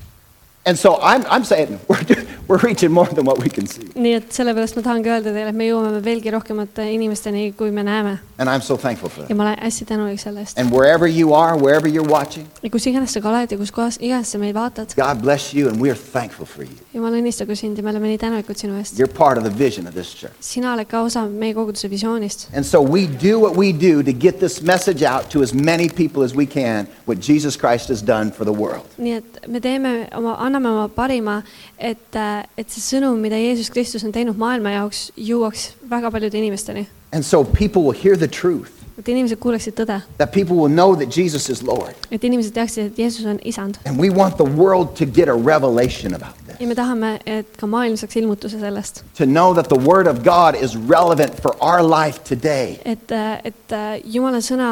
Speaker 1: And so I'm, I'm saying, [laughs] we're, do- we're reaching more than what we can see.
Speaker 2: nii et sellepärast ma tahangi öelda teile , et me jõuame veelgi rohkemate inimesteni , kui me näeme
Speaker 1: And I'm so thankful for
Speaker 2: ja
Speaker 1: that.
Speaker 2: ma olen hästi tänulik selle eest .
Speaker 1: And wherever you are, wherever you're watching,
Speaker 2: ja kus iganes sa ka oled ja kus kohas iganes sa meid vaatad ,
Speaker 1: God bless you and we're thankful for you.
Speaker 2: jumal õnnistagu sind ja me oleme nii tänulikud sinu eest .
Speaker 1: You're part of the vision of this church.
Speaker 2: sina oled ka osa meie koguduse visioonist
Speaker 1: And so we do what we do to get this message out to as many people as we can, what Jesus Christ has done for the world.
Speaker 2: nii et me teeme oma , anname oma parima , et , et see sõnum , mida Jeesus Kristus on teinud maailma jaoks , jõuaks väga paljude inimesteni .
Speaker 1: And so people will hear the truth,
Speaker 2: et inimesed kuuleksid tõde ,
Speaker 1: that people will know that Jesus is Lord.
Speaker 2: et inimesed teaksid , et Jeesus on isand
Speaker 1: And we want the world to get a revelation about this.
Speaker 2: ja me tahame , et ka maailm saaks ilmutuse sellest ,
Speaker 1: to know that the Word of God is relevant for our life today.
Speaker 2: et , et äh, Jumala sõna ,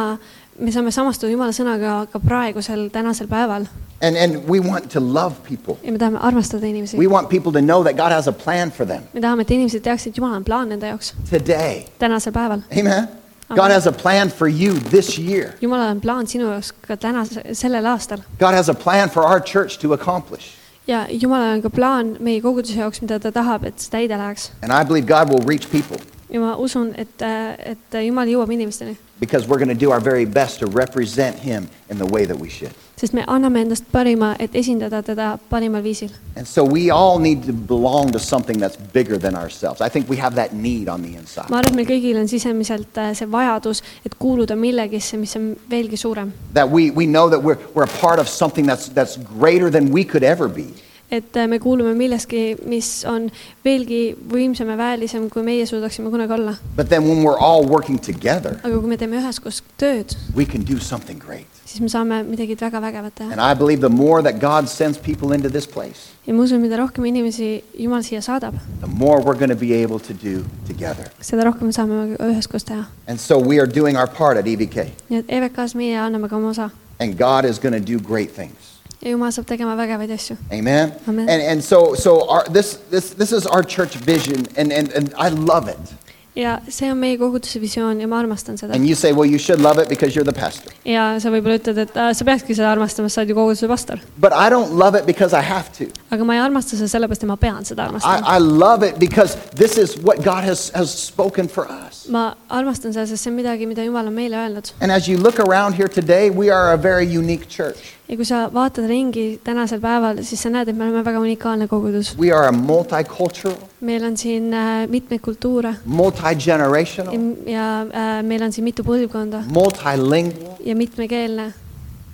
Speaker 2: me saame samastuda Jumala sõnaga ka praegusel , tänasel päeval
Speaker 1: And, and we want to love people.
Speaker 2: ja me tahame armastada inimesi .
Speaker 1: We want people to know that God has a plan for them
Speaker 2: me tahame , et inimesed teaksid , Jumal on plaan nende jaoks
Speaker 1: today.
Speaker 2: tänasel päeval .
Speaker 1: Amen? God
Speaker 2: Amen.
Speaker 1: has a plan for you this year.
Speaker 2: Jumalal on plaan sinu jaoks ka täna , sellel aastal
Speaker 1: God has a plan for our church to accomplish.
Speaker 2: ja Jumalal on ka plaan meie koguduse jaoks , mida ta tahab , et see täide läheks .
Speaker 1: And I believe God will reach people
Speaker 2: ja ma usun , et , et Jumal jõuab inimesteni ,
Speaker 1: because we're going to do our very best to represent Him in the way that we should.
Speaker 2: sest me anname endast parima , et esindada teda parimal viisil .
Speaker 1: And so we all need to belong to something that's bigger than ourselves. I think we have that need on the inside.
Speaker 2: ma arvan , et meil kõigil on sisemiselt äh, see vajadus , et kuuluda millegisse , mis on veelgi suurem .
Speaker 1: That we, we know that we're, we're a part of something that's, that's greater than we could ever be.
Speaker 2: et äh, me kuulume millestki , mis on veelgi võimsam ja väelisem , kui meie suudaksime kunagi olla .
Speaker 1: But then when we're all working together,
Speaker 2: aga kui me teeme üheskoos tööd ,
Speaker 1: we can do something great.
Speaker 2: siis me saame midagi väga vägevat teha
Speaker 1: And I believe the more that God sends people into this place,
Speaker 2: ja ma usun , mida rohkem inimesi Jumal siia saadab ,
Speaker 1: the more we're going to be able to do together.
Speaker 2: seda rohkem me saame me üheskoos teha .
Speaker 1: And so we are doing our part at EVK,
Speaker 2: nii et EVK-s meie anname ka oma osa
Speaker 1: and God is going to do great things.
Speaker 2: ja Jumal saab tegema vägevaid asju .
Speaker 1: Amen.
Speaker 2: Amen.
Speaker 1: And, and so, so our, this, this, this is our church vision, and, and, and I love it.
Speaker 2: ja see on meie koguduse visioon ja ma armastan seda .
Speaker 1: And you say, well, you should love it because you're the pastor.
Speaker 2: ja sa võib-olla ütled , et äh, sa peakski seda armastama , sa oled ju koguduse pastor .
Speaker 1: But I don't love it because I have to.
Speaker 2: aga ma ei armasta seda sellepärast , et ma pean seda armastama .
Speaker 1: I, I love it because this is what God has, has spoken for us.
Speaker 2: ma armastan seda , sest see on midagi , mida Jumal on meile öelnud .
Speaker 1: And as you look around here today, we are a very unique church.
Speaker 2: ja kui sa vaatad ringi tänasel päeval , siis sa näed , et me oleme väga unikaalne kogudus .
Speaker 1: We are a multicultural,
Speaker 2: meil on siin äh, mitmeid kultuure
Speaker 1: multi
Speaker 2: ja,
Speaker 1: generational,
Speaker 2: ja äh, meil on siin mitu põlvkonda
Speaker 1: multilingual.
Speaker 2: ja mitmekeelne .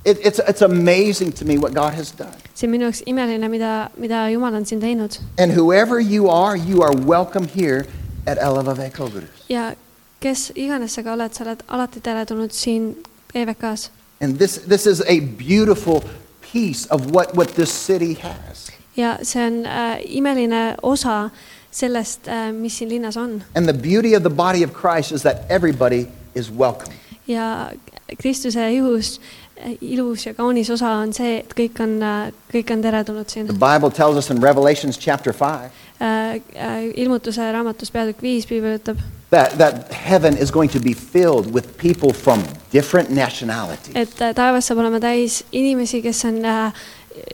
Speaker 1: It, it's, it's amazing to me what God has done.
Speaker 2: see on minu jaoks imeline , mida , mida Jumal on siin teinud
Speaker 1: And whoever you are, you are welcome here at Elevave Kogurus.
Speaker 2: ja kes iganes sa ka oled , sa oled alati teretulnud siin E EVK-s
Speaker 1: And this, this is a beautiful piece of what, what this city has.
Speaker 2: ja see on äh, imeline osa sellest äh, , mis siin linnas on
Speaker 1: And the beauty of the body of Christ is that everybody is welcome.
Speaker 2: ja Kristuse juhus äh, ilus ja kaunis osa on see , et kõik on äh, , kõik on teretulnud siin
Speaker 1: The . Bible tells us in Revelations chapter 5
Speaker 2: Äh, äh, ilmutuse raamatus peatükk viis piibel ütleb ,
Speaker 1: that, that heaven is going to be filled with people from different nationalities.
Speaker 2: et äh, taevas saab olema täis inimesi , kes on äh,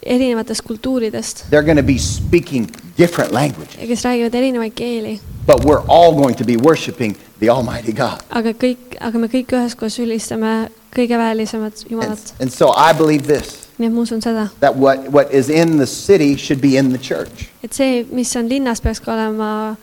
Speaker 2: erinevatest kultuuridest
Speaker 1: They're going to be speaking different languages,
Speaker 2: ja kes räägivad erinevaid keeli ,
Speaker 1: but we're all going to be worshiping the Almighty God.
Speaker 2: aga kõik , aga me kõik üheskoos ülistame kõige väelisemat
Speaker 1: And,
Speaker 2: Jumalat .
Speaker 1: and so I believe this
Speaker 2: nii et ma usun seda ,
Speaker 1: that what, what is in the city should be in the church.
Speaker 2: et see , mis on linnas , peaks ka olema ,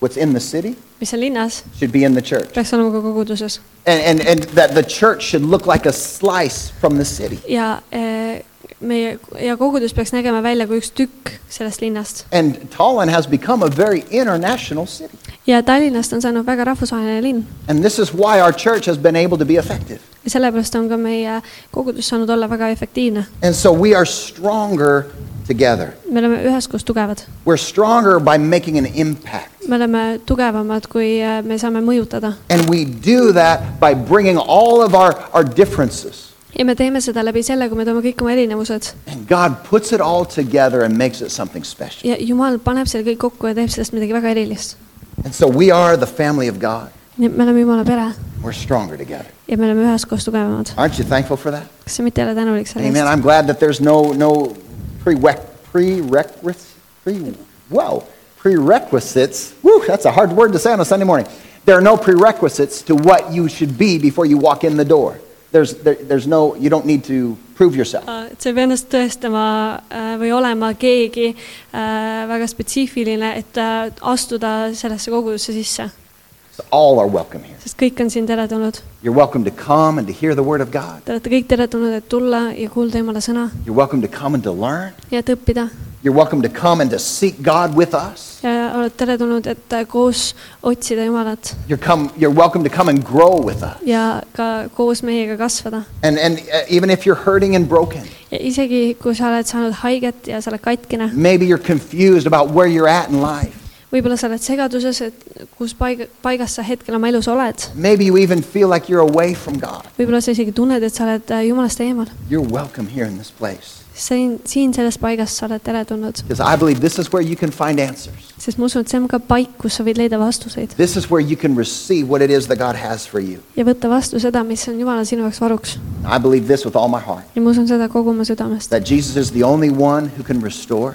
Speaker 1: What's in the city
Speaker 2: mis on linnas ,
Speaker 1: should be in the church.
Speaker 2: peaks olema ka koguduses
Speaker 1: And, and, and that the church should look like a slice from the city.
Speaker 2: ja eh, meie ja kogudus peaks nägema välja kui üks tükk sellest linnast
Speaker 1: And Tallinn has become a very international city.
Speaker 2: ja Tallinnast on saanud väga rahvusvaheline linn
Speaker 1: And this is why our church has been able to be effective.
Speaker 2: ja sellepärast on ka meie kogudus saanud olla väga efektiivne .
Speaker 1: And so we are stronger together.
Speaker 2: me oleme üheskoos tugevad ,
Speaker 1: We're stronger by making an impact.
Speaker 2: me oleme tugevamad , kui äh, me saame mõjutada
Speaker 1: And we do that by bringing all of our, our differences.
Speaker 2: ja me teeme seda läbi selle , kui me toome kõik oma erinevused
Speaker 1: And God puts it all together and makes it something special.
Speaker 2: ja Jumal paneb selle kõik kokku ja teeb sellest midagi väga erilist .
Speaker 1: And so we are the family of God.
Speaker 2: nii et me oleme Jumala pere
Speaker 1: We're stronger together.
Speaker 2: ja me oleme üheskoos tugevamad .
Speaker 1: Aren't you thankful for that?
Speaker 2: kas sa mitte ei ole tänulik selle
Speaker 1: Amen.
Speaker 2: eest ?
Speaker 1: I'm glad that there's no, no prereq- prerequisites. Pre, wow, prerequisites. Woo, that's a hard word to say on a Sunday morning. There are no prerequisites to what you should be before you walk in the door. There's, there, there's no, you don't need to prove yourself.
Speaker 2: Äh, et sa ei pea ennast tõestama äh, või olema keegi äh, väga spetsiifiline , et äh, astuda sellesse kogudusse sisse ,
Speaker 1: So all are welcome here.
Speaker 2: sest kõik on siin teretulnud .
Speaker 1: You're welcome to come and to hear the Word of God.
Speaker 2: Te olete kõik teretulnud , et tulla ja kuulda Jumala sõna
Speaker 1: You're welcome to come and to learn.
Speaker 2: ja et õppida .
Speaker 1: You're welcome to come and to seek God with us.
Speaker 2: ja olete teretulnud , et äh, koos otsida Jumalat
Speaker 1: You're, come, you're welcome to come and grow with us.
Speaker 2: ja ka koos meiega kasvada .
Speaker 1: And, and uh, even if you're hurting and broken,
Speaker 2: ja isegi , kui sa oled saanud haiget ja sa oled katkine ,
Speaker 1: maybe you're confused about where you're at in life.
Speaker 2: võib-olla sa oled segaduses , et kus paiga , paigas sa hetkel oma elus oled ,
Speaker 1: Maybe you even feel like you're away from God.
Speaker 2: võib-olla sa isegi tunned , et sa oled äh, Jumalast eemal .
Speaker 1: You're welcome here in this place.
Speaker 2: siin , siin selles paigas sa oled teretulnud ,
Speaker 1: Because I believe this is where you can find answers.
Speaker 2: sest ma usun , et see on ka paik , kus sa võid leida vastuseid
Speaker 1: This is where you can receive what it is that God has for you.
Speaker 2: ja võtta vastu seda , mis on Jumala sinu jaoks varuks .
Speaker 1: I believe this with all my heart
Speaker 2: ja ma usun seda kogu oma südamest ,
Speaker 1: that Jesus is the only one who can restore,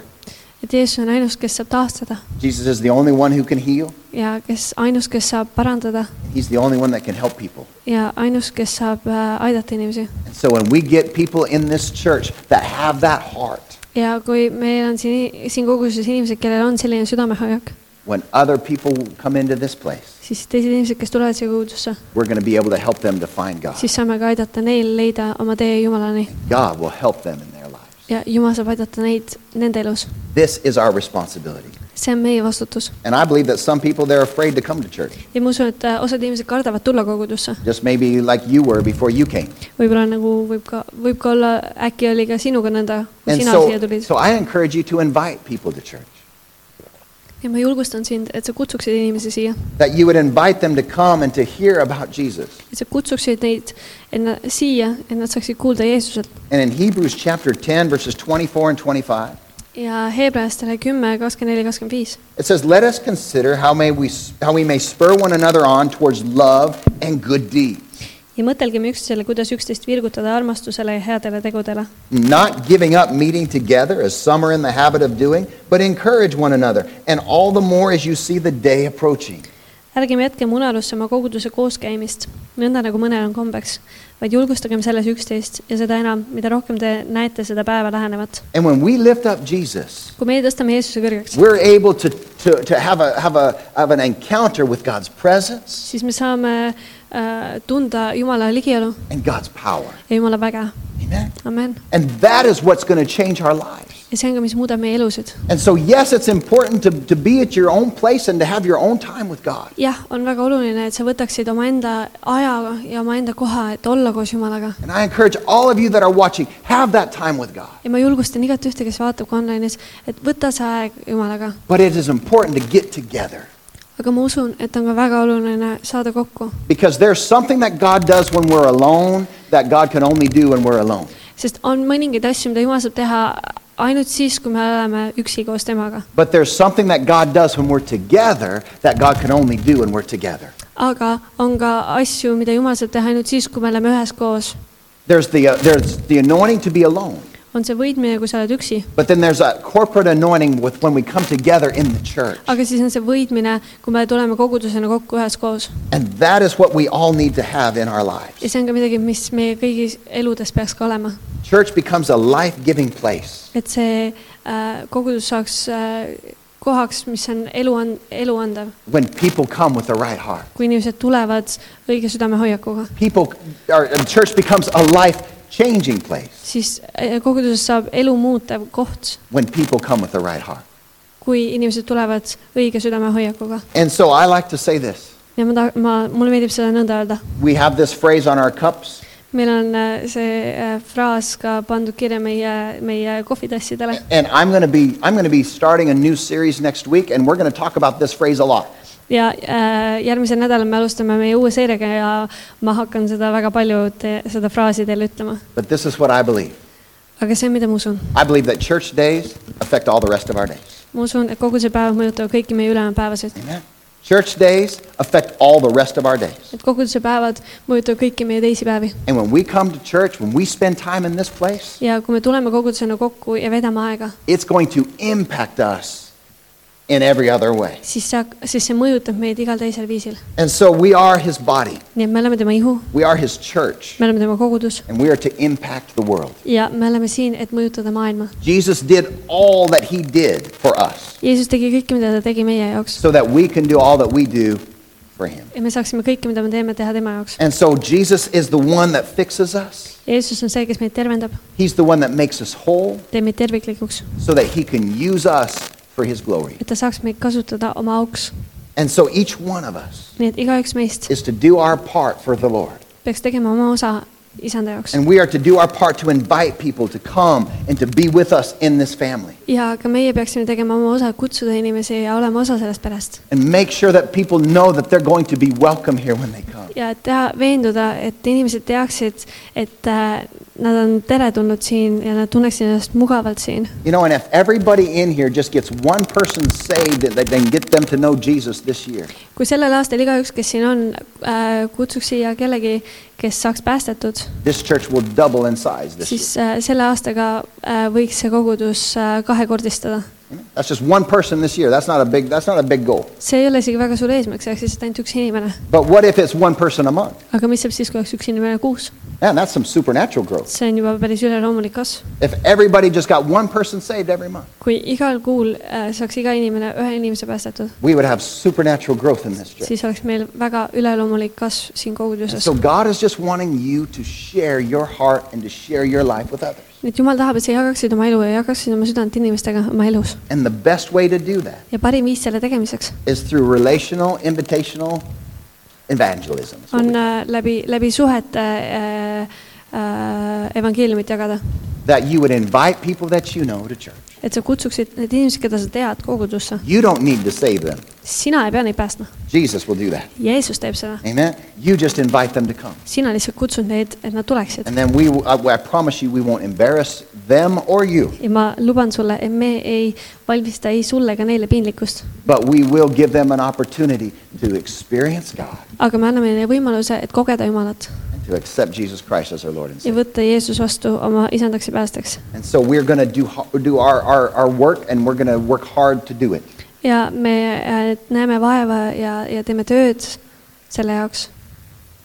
Speaker 2: et Jeesus on ainus , kes saab taastada
Speaker 1: Jesus is the only one who can heal,
Speaker 2: ja kes ainus , kes saab parandada
Speaker 1: He's the only one that can help people.
Speaker 2: ja ainus , kes saab äh, aidata inimesi .
Speaker 1: And so when we get people in this church that have that heart,
Speaker 2: ja kui meil on siin , siin koguses inimesed , kellel on selline südamehoiak ,
Speaker 1: when other people come into this place,
Speaker 2: siis teised inimesed , kes tulevad siia kogudusse ,
Speaker 1: we're going to be able to help them to find God.
Speaker 2: siis saame ka aidata neil leida oma tee Jumalani
Speaker 1: God will help them in their lives.
Speaker 2: ja Jumal saab aidata neid nende elus .
Speaker 1: This is our responsibility.
Speaker 2: see on meie vastutus
Speaker 1: And I believe that some people, they're afraid to come to church,
Speaker 2: ja ma usun , et äh, osad inimesed kardavad tulla kogudusse ,
Speaker 1: just maybe like you were before you came.
Speaker 2: võib-olla nagu võib ka , võib ka olla , äkki oli ka sinuga nõnda , kui
Speaker 1: And
Speaker 2: sina siia
Speaker 1: so,
Speaker 2: tulid
Speaker 1: so I encourage you to invite people to church,
Speaker 2: ja ma julgustan sind , et sa kutsuksid inimesi siia ,
Speaker 1: that you would invite them to come and to hear about Jesus.
Speaker 2: et sa kutsuksid neid enna, siia , et nad saaksid kuulda Jeesuselt
Speaker 1: And in Hebrews chapter 10, verses 24 and 25,
Speaker 2: ja heebreastele kümme , kakskümmend neli , kakskümmend viis
Speaker 1: it says, Let us consider how, may we, how we may spur one another on towards love and good deeds,
Speaker 2: ja mõtelgem üksteisele , kuidas üksteist virgutada armastusele ja headele tegudele .
Speaker 1: not giving up meeting together as some are in the habit of doing, but encourage one another, and all the more as you see the day approaching.
Speaker 2: ärgem jätkem unarusse oma koguduse kooskäimist , nõnda nagu mõnel on kombeks , vaid julgustagem selles üksteist ja seda enam , mida rohkem te näete seda päeva lähenevat .
Speaker 1: And when we lift up Jesus,
Speaker 2: kui meie tõstame Jeesuse kõrgeks ,
Speaker 1: we're able to, to, to have, a, have, a, have an encounter with God's presence
Speaker 2: siis me saame äh, tunda Jumala ligiolu
Speaker 1: and God's power.
Speaker 2: ja Jumala väge .
Speaker 1: Amen.
Speaker 2: amen .
Speaker 1: And that is what's going to change our lives.
Speaker 2: ja see on ka , mis muudab meie elusid .
Speaker 1: And so, yes, it's important to, to be at your own place and to have your own time with God.
Speaker 2: jah , on väga oluline , et sa võtaksid omaenda aja ja omaenda koha , et olla koos Jumalaga .
Speaker 1: And I encourage all of you that are watching, have that time with God.
Speaker 2: ja ma julgustan igat ühte , kes vaatab ka online'is , et võta see aeg Jumalaga .
Speaker 1: But it is important to get together
Speaker 2: aga ma usun , et on ka väga oluline saada kokku
Speaker 1: because there's something that God does when we're alone that God can only do when we're alone.
Speaker 2: sest on mõningaid asju , mida Jumal saab teha ainult siis , kui me oleme üksi koos temaga .
Speaker 1: But there's something that God does when we're together that God can only do when we're together.
Speaker 2: aga on ka asju , mida Jumal saab teha ainult siis , kui me oleme üheskoos .
Speaker 1: There's the, uh, there's the anointing to be alone,
Speaker 2: on see võitmine , kui sa oled üksi ,
Speaker 1: but then there's a corporate anointing with when we come together in the church.
Speaker 2: aga siis on see võitmine , kui me tuleme kogudusena kokku üheskoos .
Speaker 1: And that is what we all need to have in our
Speaker 2: ja
Speaker 1: lives.
Speaker 2: see on ka midagi , mis meie kõigis eludes peaks ka olema .
Speaker 1: Church becomes a life giving place.
Speaker 2: et see äh, kogudus saaks äh, kohaks , mis on elu on , elu andev ,
Speaker 1: When people come with the right heart,
Speaker 2: kui inimesed tulevad õige südamehoiakuga .
Speaker 1: people, our our church uh, becomes a life changing place
Speaker 2: siis äh, kogudusest saab elu muutev koht ,
Speaker 1: when people come with the right heart.
Speaker 2: kui inimesed tulevad õige südamehoiakuga .
Speaker 1: And so I like to say this.
Speaker 2: ja ma ta- , ma , mulle meeldib seda nõnda öelda .
Speaker 1: We have this phrase on our cups
Speaker 2: meil on äh, see äh, fraas ka pandud kirja meie , meie kohvitassidele
Speaker 1: And I'm going to be I'm going to be starting a new series next week, and we're going to talk about this phrase a lot.
Speaker 2: ja äh, järgmisel nädalal me alustame meie uue seeriaga ja ma hakkan seda väga palju te, , seda fraasi teile ütlema .
Speaker 1: But this is what I believe.
Speaker 2: aga see on , mida ma usun .
Speaker 1: I believe that church days affect all the rest of our days.
Speaker 2: ma usun , et kogu see päev mõjutab kõiki meie ülejäänud päevasid .
Speaker 1: Amen. Church days affect all the rest of our days.
Speaker 2: et koguduse päevad mõjutavad kõiki meie teisi päevi
Speaker 1: And when we come to church, when we spend time in this place,
Speaker 2: ja kui me tuleme kogudusena kokku ja vedame aega ,
Speaker 1: it's going to impact us in every other way.
Speaker 2: siis see , siis see mõjutab meid igal teisel viisil .
Speaker 1: And so we are his body.
Speaker 2: nii et me oleme tema ihu ,
Speaker 1: We are his church,
Speaker 2: me oleme tema kogudus
Speaker 1: and we are to impact the world.
Speaker 2: ja me oleme siin , et mõjutada maailma .
Speaker 1: Jesus did all that he did for us
Speaker 2: Jeesus tegi kõike , mida ta tegi meie jaoks
Speaker 1: so that we can do all that we do for him.
Speaker 2: ja me saaksime kõike , mida me teeme , teha tema jaoks .
Speaker 1: And so Jesus is the one that fixes us.
Speaker 2: Jeesus on see , kes meid tervendab ,
Speaker 1: He's the one that makes us whole
Speaker 2: teeb meid terviklikuks
Speaker 1: so that he can use us for his glory.
Speaker 2: et ta saaks meid kasutada oma auks .
Speaker 1: And so each one of us
Speaker 2: nii et igaüks meist
Speaker 1: is to do our part for the Lord.
Speaker 2: peaks tegema oma osa isanda jaoks
Speaker 1: And we are to do our part to invite people to come and to be with us in this family.
Speaker 2: ja ka meie peaksime tegema oma osa , kutsuda inimesi ja olema osa sellest perest
Speaker 1: And make sure that people know that they're going to be welcome here when they come.
Speaker 2: ja teha , veenduda , et inimesed teaksid , et äh, nad on teretulnud siin ja nad tunneksid ennast mugavalt siin .
Speaker 1: You know, and if everybody in here just gets one person saved, that they can get them to know Jesus this year.
Speaker 2: kui sellel aastal igaüks , kes siin on äh, , kutsuks siia kellegi , kes saaks päästetud ,
Speaker 1: This church will double in size this year.
Speaker 2: siis äh, selle aastaga äh, võiks see kogudus äh, kahekordistada .
Speaker 1: That's just one person this year. That's not a big, that's not a big goal.
Speaker 2: see ei ole isegi väga suur eesmärk , see oleks lihtsalt ainult üks inimene .
Speaker 1: But what if it's one person a month?
Speaker 2: aga mis saab siis , kui oleks üks inimene kuus ?
Speaker 1: Man, that's some supernatural growth.
Speaker 2: see on juba päris üleloomulik kasv .
Speaker 1: If everybody just got one person saved every month,
Speaker 2: kui igal kuul äh, saaks iga inimene ühe inimese päästetud ,
Speaker 1: we would have supernatural growth in this church.
Speaker 2: siis oleks meil väga üleloomulik kasv siin
Speaker 1: And
Speaker 2: koguduses
Speaker 1: so God is just wanting you to share your heart and to share your life with others.
Speaker 2: nii et jumal tahab , et sa jagaksid oma elu ja jagaksid oma südant inimestega oma elus
Speaker 1: And the best way to do that
Speaker 2: ja parim viis selle tegemiseks
Speaker 1: is through relational, invitational evangelism. That's what we-
Speaker 2: on äh, läbi , läbi suhete äh, äh, evangeeliumit jagada .
Speaker 1: that you would invite people that you know to church.
Speaker 2: et sa kutsuksid need inimesed , keda sa tead , kogudusse .
Speaker 1: You don't need to save them.
Speaker 2: sina ei pea neid päästma ,
Speaker 1: Jesus will do that.
Speaker 2: Jeesus teeb seda .
Speaker 1: Amen. You just invite them to come.
Speaker 2: sina lihtsalt kutsud neid , et nad tuleksid
Speaker 1: And then we, will- I I promise you, we won't embarrass them or you.
Speaker 2: ja ma luban sulle , et me ei valmista ei sulle ega neile piinlikkust ,
Speaker 1: But we will give them an opportunity to experience God
Speaker 2: aga me anname neile võimaluse , et kogeda Jumalat
Speaker 1: and to accept Jesus Christ as our Lord and
Speaker 2: ja
Speaker 1: Savior.
Speaker 2: võtta Jeesus vastu oma isandaks ja päästjaks .
Speaker 1: And so we're going to do, ho- do our, our, our work and we're going to work hard to do it.
Speaker 2: ja me äh, näeme vaeva ja , ja teeme tööd selle jaoks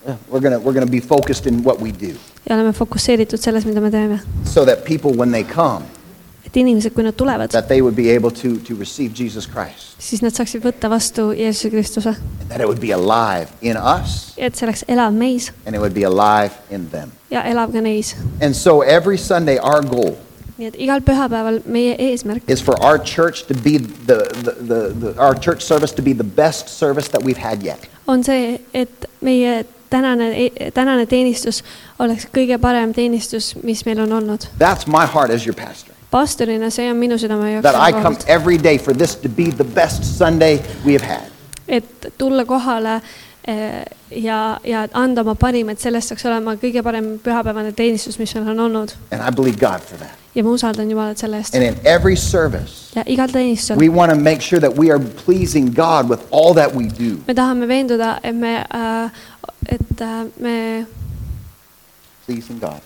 Speaker 1: We're going to, we're going to be focused in what we do
Speaker 2: ja oleme fokusseeritud selles , mida me teeme .
Speaker 1: so that people, when they come,
Speaker 2: et inimesed , kui nad tulevad ,
Speaker 1: that they would be able to, to receive Jesus Christ
Speaker 2: siis nad saaksid võtta vastu Jeesuse Kristuse ,
Speaker 1: and that it would be alive in us
Speaker 2: et see oleks elav meis
Speaker 1: and it would be alive in them.
Speaker 2: ja elav ka neis .
Speaker 1: And so every Sunday, our goal
Speaker 2: nii et igal pühapäeval meie eesmärk
Speaker 1: is for our church to be the, the, the, the our church service to be the best service that we've had yet.
Speaker 2: on see , et meie tänane , tänane teenistus oleks kõige parem teenistus , mis meil on olnud .
Speaker 1: That's my heart as your pastor.
Speaker 2: pastorina , see on minu südame
Speaker 1: That I come
Speaker 2: jaoks ,
Speaker 1: every day for this to be the best Sunday we have had.
Speaker 2: et tulla kohale eh, ja , ja anda oma parim , et sellest saaks olema kõige parem pühapäevane teenistus , mis meil on olnud
Speaker 1: And I believe God for that.
Speaker 2: ja ma usaldan Jumalat selle eest
Speaker 1: And in every service,
Speaker 2: ja igal teenistusel .
Speaker 1: we want to make sure that we are pleasing God with all that we do.
Speaker 2: me tahame veenduda , et me äh, , et äh, me ,
Speaker 1: Pleasing God.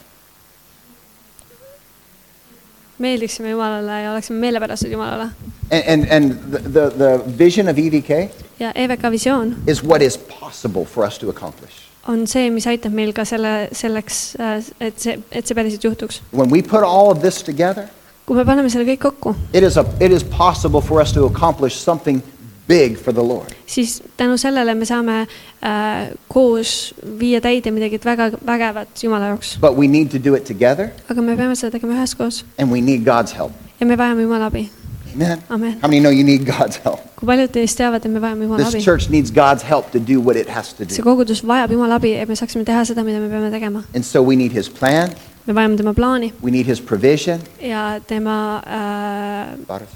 Speaker 2: meeldiksime Jumalale ja oleksime meelepärased Jumalale .
Speaker 1: And, and, and the, the, the vision of EVK
Speaker 2: ja EVK visioon
Speaker 1: is what is possible for us to accomplish.
Speaker 2: on see , mis aitab meil ka selle , selleks , et see , et see päriselt juhtuks .
Speaker 1: When we put all of this together,
Speaker 2: kui me paneme selle kõik kokku ,
Speaker 1: it is, a, it is possible for us to accomplish something big for the Lord.
Speaker 2: siis tänu sellele me saame äh, koos viia täide midagi väga vägevat Jumala jaoks .
Speaker 1: But we need to do it together,
Speaker 2: aga me peame seda tegema üheskoos
Speaker 1: and we need God's help.
Speaker 2: ja me vajame Jumala abi .
Speaker 1: Amen.
Speaker 2: Amen.
Speaker 1: How many know you need God's help?
Speaker 2: kui paljud teist teavad , et me vajame Jumala
Speaker 1: This
Speaker 2: abi ?
Speaker 1: church needs God's help to do what it has to
Speaker 2: see
Speaker 1: do.
Speaker 2: kogudus vajab Jumala abi , et me saaksime teha seda , mida me peame tegema .
Speaker 1: And so we need His plan,
Speaker 2: me vajame tema plaani
Speaker 1: we need His provision.
Speaker 2: ja tema äh,
Speaker 1: Bottles?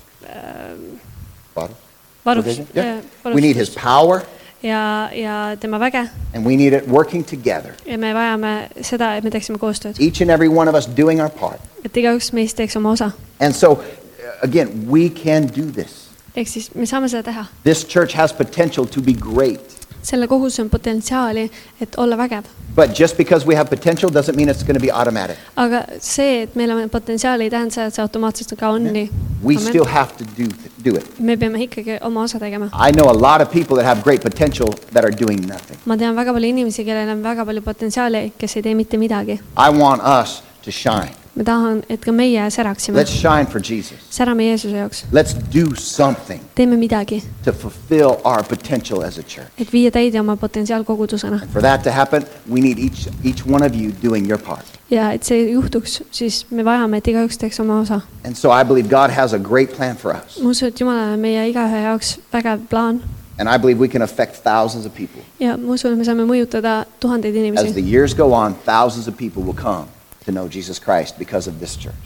Speaker 1: Bottles?
Speaker 2: varust äh,
Speaker 1: Provision? Yeah. We need His power,
Speaker 2: ja , ja tema väge
Speaker 1: and we need it working together.
Speaker 2: ja me vajame seda , et me teeksime koostööd ,
Speaker 1: Each and every one of us doing our part.
Speaker 2: et igaüks meist teeks oma osa .
Speaker 1: And so, uh, again, we can do this.
Speaker 2: ehk siis me saame seda teha .
Speaker 1: This church has potential to be great.
Speaker 2: selle kogus on potentsiaali , et olla vägev .
Speaker 1: But just because we have potential doesn't mean it's going to be automatic.
Speaker 2: aga see , et meil on potentsiaali , ei tähenda seda , et see automaatselt ka on nii .
Speaker 1: We still have to do, do it.
Speaker 2: me peame ikkagi oma osa tegema .
Speaker 1: I know a lot of people that have great potential that are doing nothing.
Speaker 2: ma tean väga palju inimesi , kellel on väga palju potentsiaali , kes ei tee mitte midagi .
Speaker 1: I want us to shine.
Speaker 2: ma tahan , et ka meie säraksime
Speaker 1: Let's , shine for Jesus.
Speaker 2: särame Jeesuse jaoks ,
Speaker 1: Let's do something
Speaker 2: teeme midagi ,
Speaker 1: to fulfill our potential as a church.
Speaker 2: et viia täide oma potentsiaal kogudusena
Speaker 1: For that to happen, we need each, each one of you doing your part.
Speaker 2: ja et see juhtuks , siis me vajame , et igaüks teeks oma osa .
Speaker 1: And so I believe God has a great plan for us.
Speaker 2: ma usun , et Jumalal on meie igaühe jaoks vägev plaan
Speaker 1: And I believe we can affect thousands of people.
Speaker 2: ja ma usun , et me saame mõjutada tuhandeid
Speaker 1: As the
Speaker 2: inimesi .
Speaker 1: years go on, thousands of people will come to know Jesus Christ because of this church.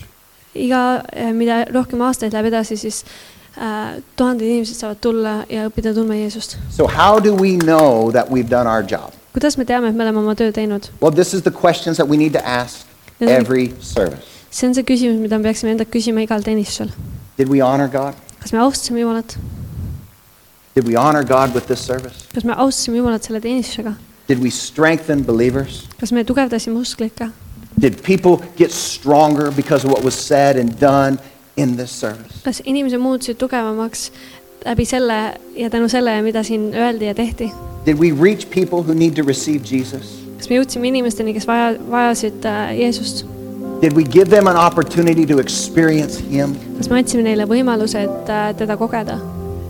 Speaker 2: iga , mida rohkem aastaid läheb edasi , siis äh, tuhanded inimesed saavad tulla ja õppida tundma Jeesust .
Speaker 1: So, how do we know that we've done our job?
Speaker 2: kuidas me teame , et me oleme oma töö teinud ?
Speaker 1: Well, this is the questions that we need to ask
Speaker 2: Yes.
Speaker 1: every service.
Speaker 2: see on see küsimus , mida me peaksime endalt küsima igal teenistusel .
Speaker 1: Did we honor God?
Speaker 2: kas me austasime Jumalat ?
Speaker 1: Did we honor God with this service?
Speaker 2: kas me austasime Jumalat selle teenistusega ?
Speaker 1: Did we strengthen believers?
Speaker 2: kas me tugevdasime usklikke ?
Speaker 1: Did people get stronger because of what was said and done in this service?
Speaker 2: kas inimesed muutusid tugevamaks läbi selle ja tänu sellele , mida siin öeldi ja tehti ?
Speaker 1: Did we reach people who need to receive Jesus?
Speaker 2: kas me jõudsime inimesteni , kes vaja , vajasid äh, Jeesust ?
Speaker 1: Did we give them an opportunity to experience Him?
Speaker 2: kas me andsime neile võimaluse , et äh, teda kogeda ?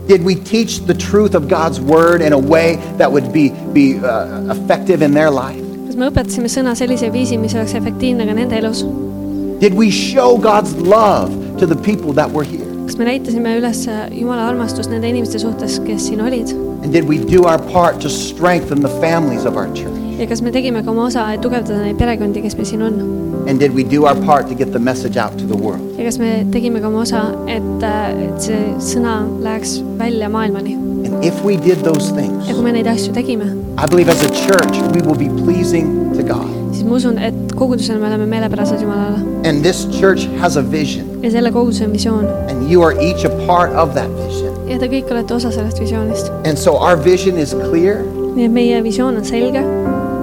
Speaker 1: Did we teach the truth of God's Word in a way that would be, be uh, effective in their life?
Speaker 2: kas me õpetasime sõna sellisel viisil , mis oleks efektiivne ka nende elus ?
Speaker 1: Did we show God's love to the people that were here?
Speaker 2: kas me näitasime üles Jumala armastust nende inimeste suhtes , kes siin olid ?
Speaker 1: And did we do our part to strengthen the families of our church?
Speaker 2: ja kas me tegime ka oma osa , et tugevdada neid perekondi , kes meil siin on ?
Speaker 1: And did we do our part to get the message out to the world?
Speaker 2: ja kas me tegime ka oma osa , et , et see sõna läheks välja maailmani ?
Speaker 1: And if we did those
Speaker 2: ja kui
Speaker 1: things,
Speaker 2: me neid asju tegime ,
Speaker 1: I believe as a church, we will be pleasing to God.
Speaker 2: siis ma usun , et kogudusena me oleme meelepärased Jumalale
Speaker 1: And this church has a vision,
Speaker 2: ja selle koguduse on visioon
Speaker 1: and you are each a part of that vision.
Speaker 2: ja te kõik olete osa sellest visioonist .
Speaker 1: And so our vision is clear,
Speaker 2: nii et meie visioon on selge ,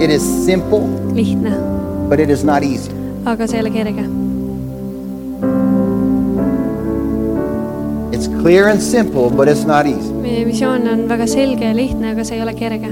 Speaker 1: it is simple,
Speaker 2: lihtne ,
Speaker 1: but it is not easy.
Speaker 2: aga see ei ole kerge .
Speaker 1: It's clear and simple, but it's not easy.
Speaker 2: meie visioon on väga selge ja lihtne , aga see ei ole kerge .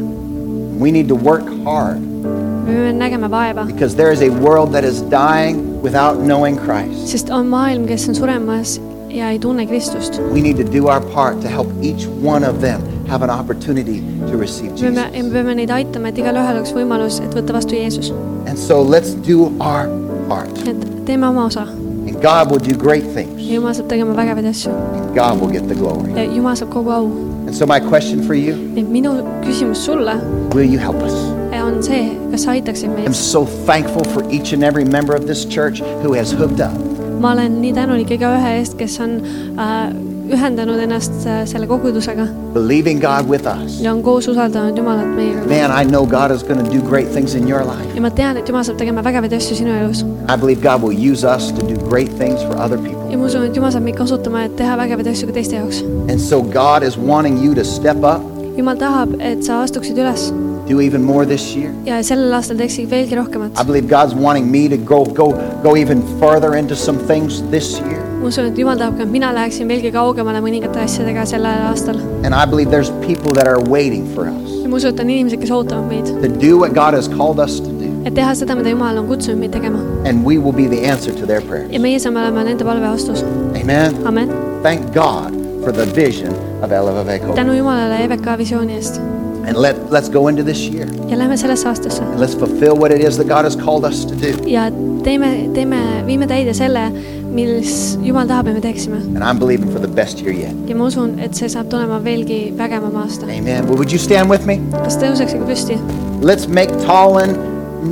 Speaker 1: We need to work hard
Speaker 2: me peame nägema vaeva ,
Speaker 1: because there is a world that is dying without knowing Christ.
Speaker 2: sest on maailm , kes on suremas ja ei tunne Kristust .
Speaker 1: We need to do our part to help each one of them have an opportunity to receive
Speaker 2: me peame , me
Speaker 1: Jesus.
Speaker 2: peame neid aitama , et igalühel oleks võimalus , et võtta vastu Jeesus ,
Speaker 1: And so let's do our part.
Speaker 2: et teeme oma osa
Speaker 1: And God will do great things.
Speaker 2: ja Jumal saab tegema vägevaid asju
Speaker 1: And God will get the glory.
Speaker 2: ja Jumal saab kogu au .
Speaker 1: And so my question for you,
Speaker 2: nii et minu küsimus sulle
Speaker 1: will you help us?
Speaker 2: on see , kas sa aitaksid
Speaker 1: I'm
Speaker 2: meid ?
Speaker 1: so thankful for each and every member of this church who has hooked up.
Speaker 2: ma olen nii tänulik igaühe eest , kes on äh, ühendanud ennast äh, selle kogudusega
Speaker 1: Believing God with us.
Speaker 2: ja on koos usaldanud Jumalat meiega .
Speaker 1: Man, I know God is going to do great things in your life.
Speaker 2: ja ma tean , et Jumal saab tegema vägevaid asju sinu elus
Speaker 1: I believe God will use us to do great things for other people.
Speaker 2: ja ma usun , et Jumal saab meid kasutama , et teha vägevaid asju ka teiste jaoks .
Speaker 1: And so God is wanting you to step up,
Speaker 2: Jumal tahab , et sa astuksid üles
Speaker 1: do even more this year.
Speaker 2: ja sellel aastal teeksid veelgi rohkemat
Speaker 1: I . believe God's wanting me to go go go even further into some things this year.
Speaker 2: ma usun , et Jumal tahab ka , et mina läheksin veelgi kaugemale mõningate asjadega sellel aastal .
Speaker 1: And I believe there's people that are waiting for us
Speaker 2: ja ma usun , et on inimesed , kes ootavad meid ,
Speaker 1: to do what God has called us to do.
Speaker 2: et teha seda , mida Jumal on kutsunud meid tegema
Speaker 1: And we will be the answer to their prayer.
Speaker 2: ja meie saame olema nende palve vastus .
Speaker 1: Amen.
Speaker 2: amen .
Speaker 1: Thank God for the vision of Eleva Veko.
Speaker 2: tänu Jumalale EVK visiooni eest
Speaker 1: And let, let's go into this year.
Speaker 2: ja lähme sellesse aastasse
Speaker 1: And let's fulfill what it is that God has called us to do.
Speaker 2: ja teeme , teeme , viime täide selle , mis Jumal tahab , et me teeksime .
Speaker 1: And I'm believing for the best year yet.
Speaker 2: ja ma usun , et see saab tulema veelgi vägevam aasta .
Speaker 1: Amen. Well, would you stand with me?
Speaker 2: kas tõuseksite püsti ?
Speaker 1: Let's make Tallinn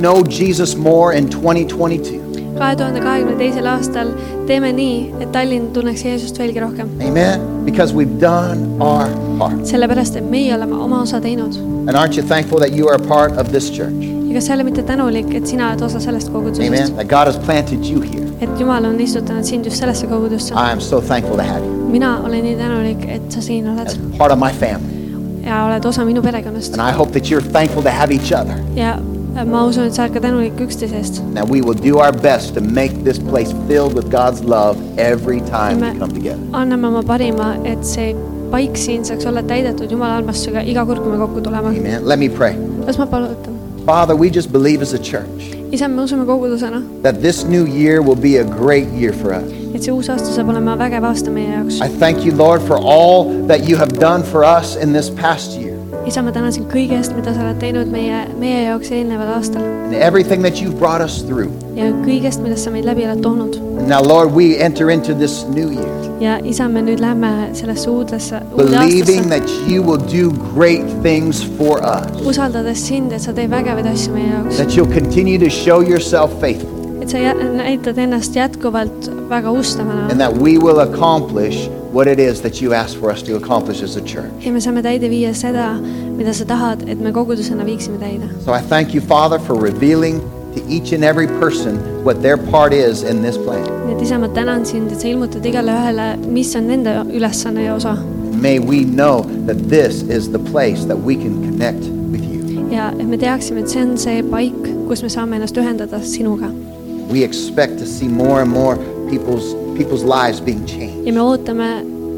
Speaker 1: know Jesus more in 2022.
Speaker 2: kahe tuhande kahekümne teisel aastal teeme nii , et Tallinn tunneks Jeesust veelgi rohkem ,
Speaker 1: Amen. Because we've done our part.
Speaker 2: sellepärast et meie oleme oma osa teinud .
Speaker 1: And aren't you thankful that you are a part of this church?
Speaker 2: ja kas sa ei ole mitte tänulik , et sina oled osa sellest kogudusest
Speaker 1: Amen. ? That God has planted you here.
Speaker 2: et Jumal on istutanud sind just sellesse kogudusse .
Speaker 1: I am so thankful to have you
Speaker 2: mina olen nii tänulik , et sa siin oled
Speaker 1: as part of my family.
Speaker 2: ja oled osa minu perekonnast
Speaker 1: And I hope that you're thankful to have each other.
Speaker 2: ja ma usun , et sa oled ka tänulik üksteise eest
Speaker 1: Now we will do our best to make this place filled with God's love every time
Speaker 2: me
Speaker 1: we come together.
Speaker 2: anname oma parima , et see paik siin saaks olla täidetud Jumala armastusega iga kord , kui me kokku tuleme .
Speaker 1: Amen. Let me pray.
Speaker 2: las ma palutan .
Speaker 1: Father, we just believe as a church
Speaker 2: isa , me usume kogudusena ,
Speaker 1: that this new year will be a great year for us.
Speaker 2: et see uus aasta saab olema vägev aasta meie jaoks
Speaker 1: I . thank you, Lord, for all that you have done for us in this past year
Speaker 2: isa , ma tänan sind kõige eest , mida sa oled teinud meie , meie jaoks eelneval aastal
Speaker 1: and everything that you've brought us through.
Speaker 2: ja kõigest , millest sa meid läbi oled toonud .
Speaker 1: Now, Lord, we enter into this new year
Speaker 2: ja isa , me nüüd lähme sellesse uudesse , uude
Speaker 1: believing
Speaker 2: aastasse ,
Speaker 1: that you will do great things for us,
Speaker 2: usaldades sind , et sa teed vägevaid asju meie jaoks ,
Speaker 1: that you'll continue to show yourself faithful,
Speaker 2: et sa jä- näitad ennast jätkuvalt väga ustavana
Speaker 1: and that we will accomplish what it is that you asked for us to accomplish as a church.
Speaker 2: ja me saame täide viia seda , mida sa tahad , et me kogudusena viiksime täide .
Speaker 1: So I thank you, Father, for revealing to each and every person what their part is in this plan.
Speaker 2: nii et isa , ma tänan sind , et sa ilmutad igale ühele , mis on nende ülesanne ja osa
Speaker 1: May we know that this is the place that we can connect with you.
Speaker 2: ja et me teaksime , et see on see paik , kus me saame ennast ühendada sinuga
Speaker 1: We expect to see more and more people's people's lives being changed.
Speaker 2: ja me ootame ,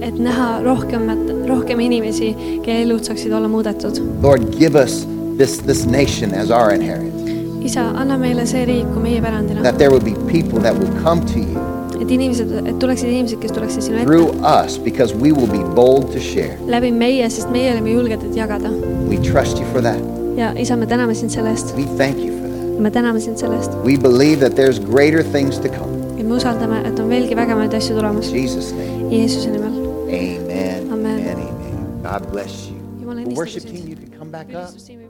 Speaker 2: et näha rohkemat , rohkem inimesi , kelle elud saaksid olla muudetud .
Speaker 1: Lord, give us this this nation as our inheritance.
Speaker 2: isa , anna meile see riik kui meie pärandina ,
Speaker 1: That there will be people that will come to you
Speaker 2: et inimesed , et tuleksid inimesed , kes tuleksid sinu ette
Speaker 1: through us because we will be bold to share.
Speaker 2: läbi meie , sest meie oleme julged , et jagada .
Speaker 1: We trust you for that.
Speaker 2: ja isa , me täname sind selle eest ,
Speaker 1: We thank you for that.
Speaker 2: me täname sind selle eest
Speaker 1: We believe that there's greater things to come.
Speaker 2: ja me usaldame , et on veelgi vägemaid asju
Speaker 1: In
Speaker 2: tulemas
Speaker 1: Jesus' name.
Speaker 2: Jeesuse nimel .
Speaker 1: Amen.
Speaker 2: Amen.
Speaker 1: And amen. God bless you.
Speaker 2: Jumalan
Speaker 1: Worship
Speaker 2: istugu sind.
Speaker 1: team, you can come back up.
Speaker 2: ülistustiimi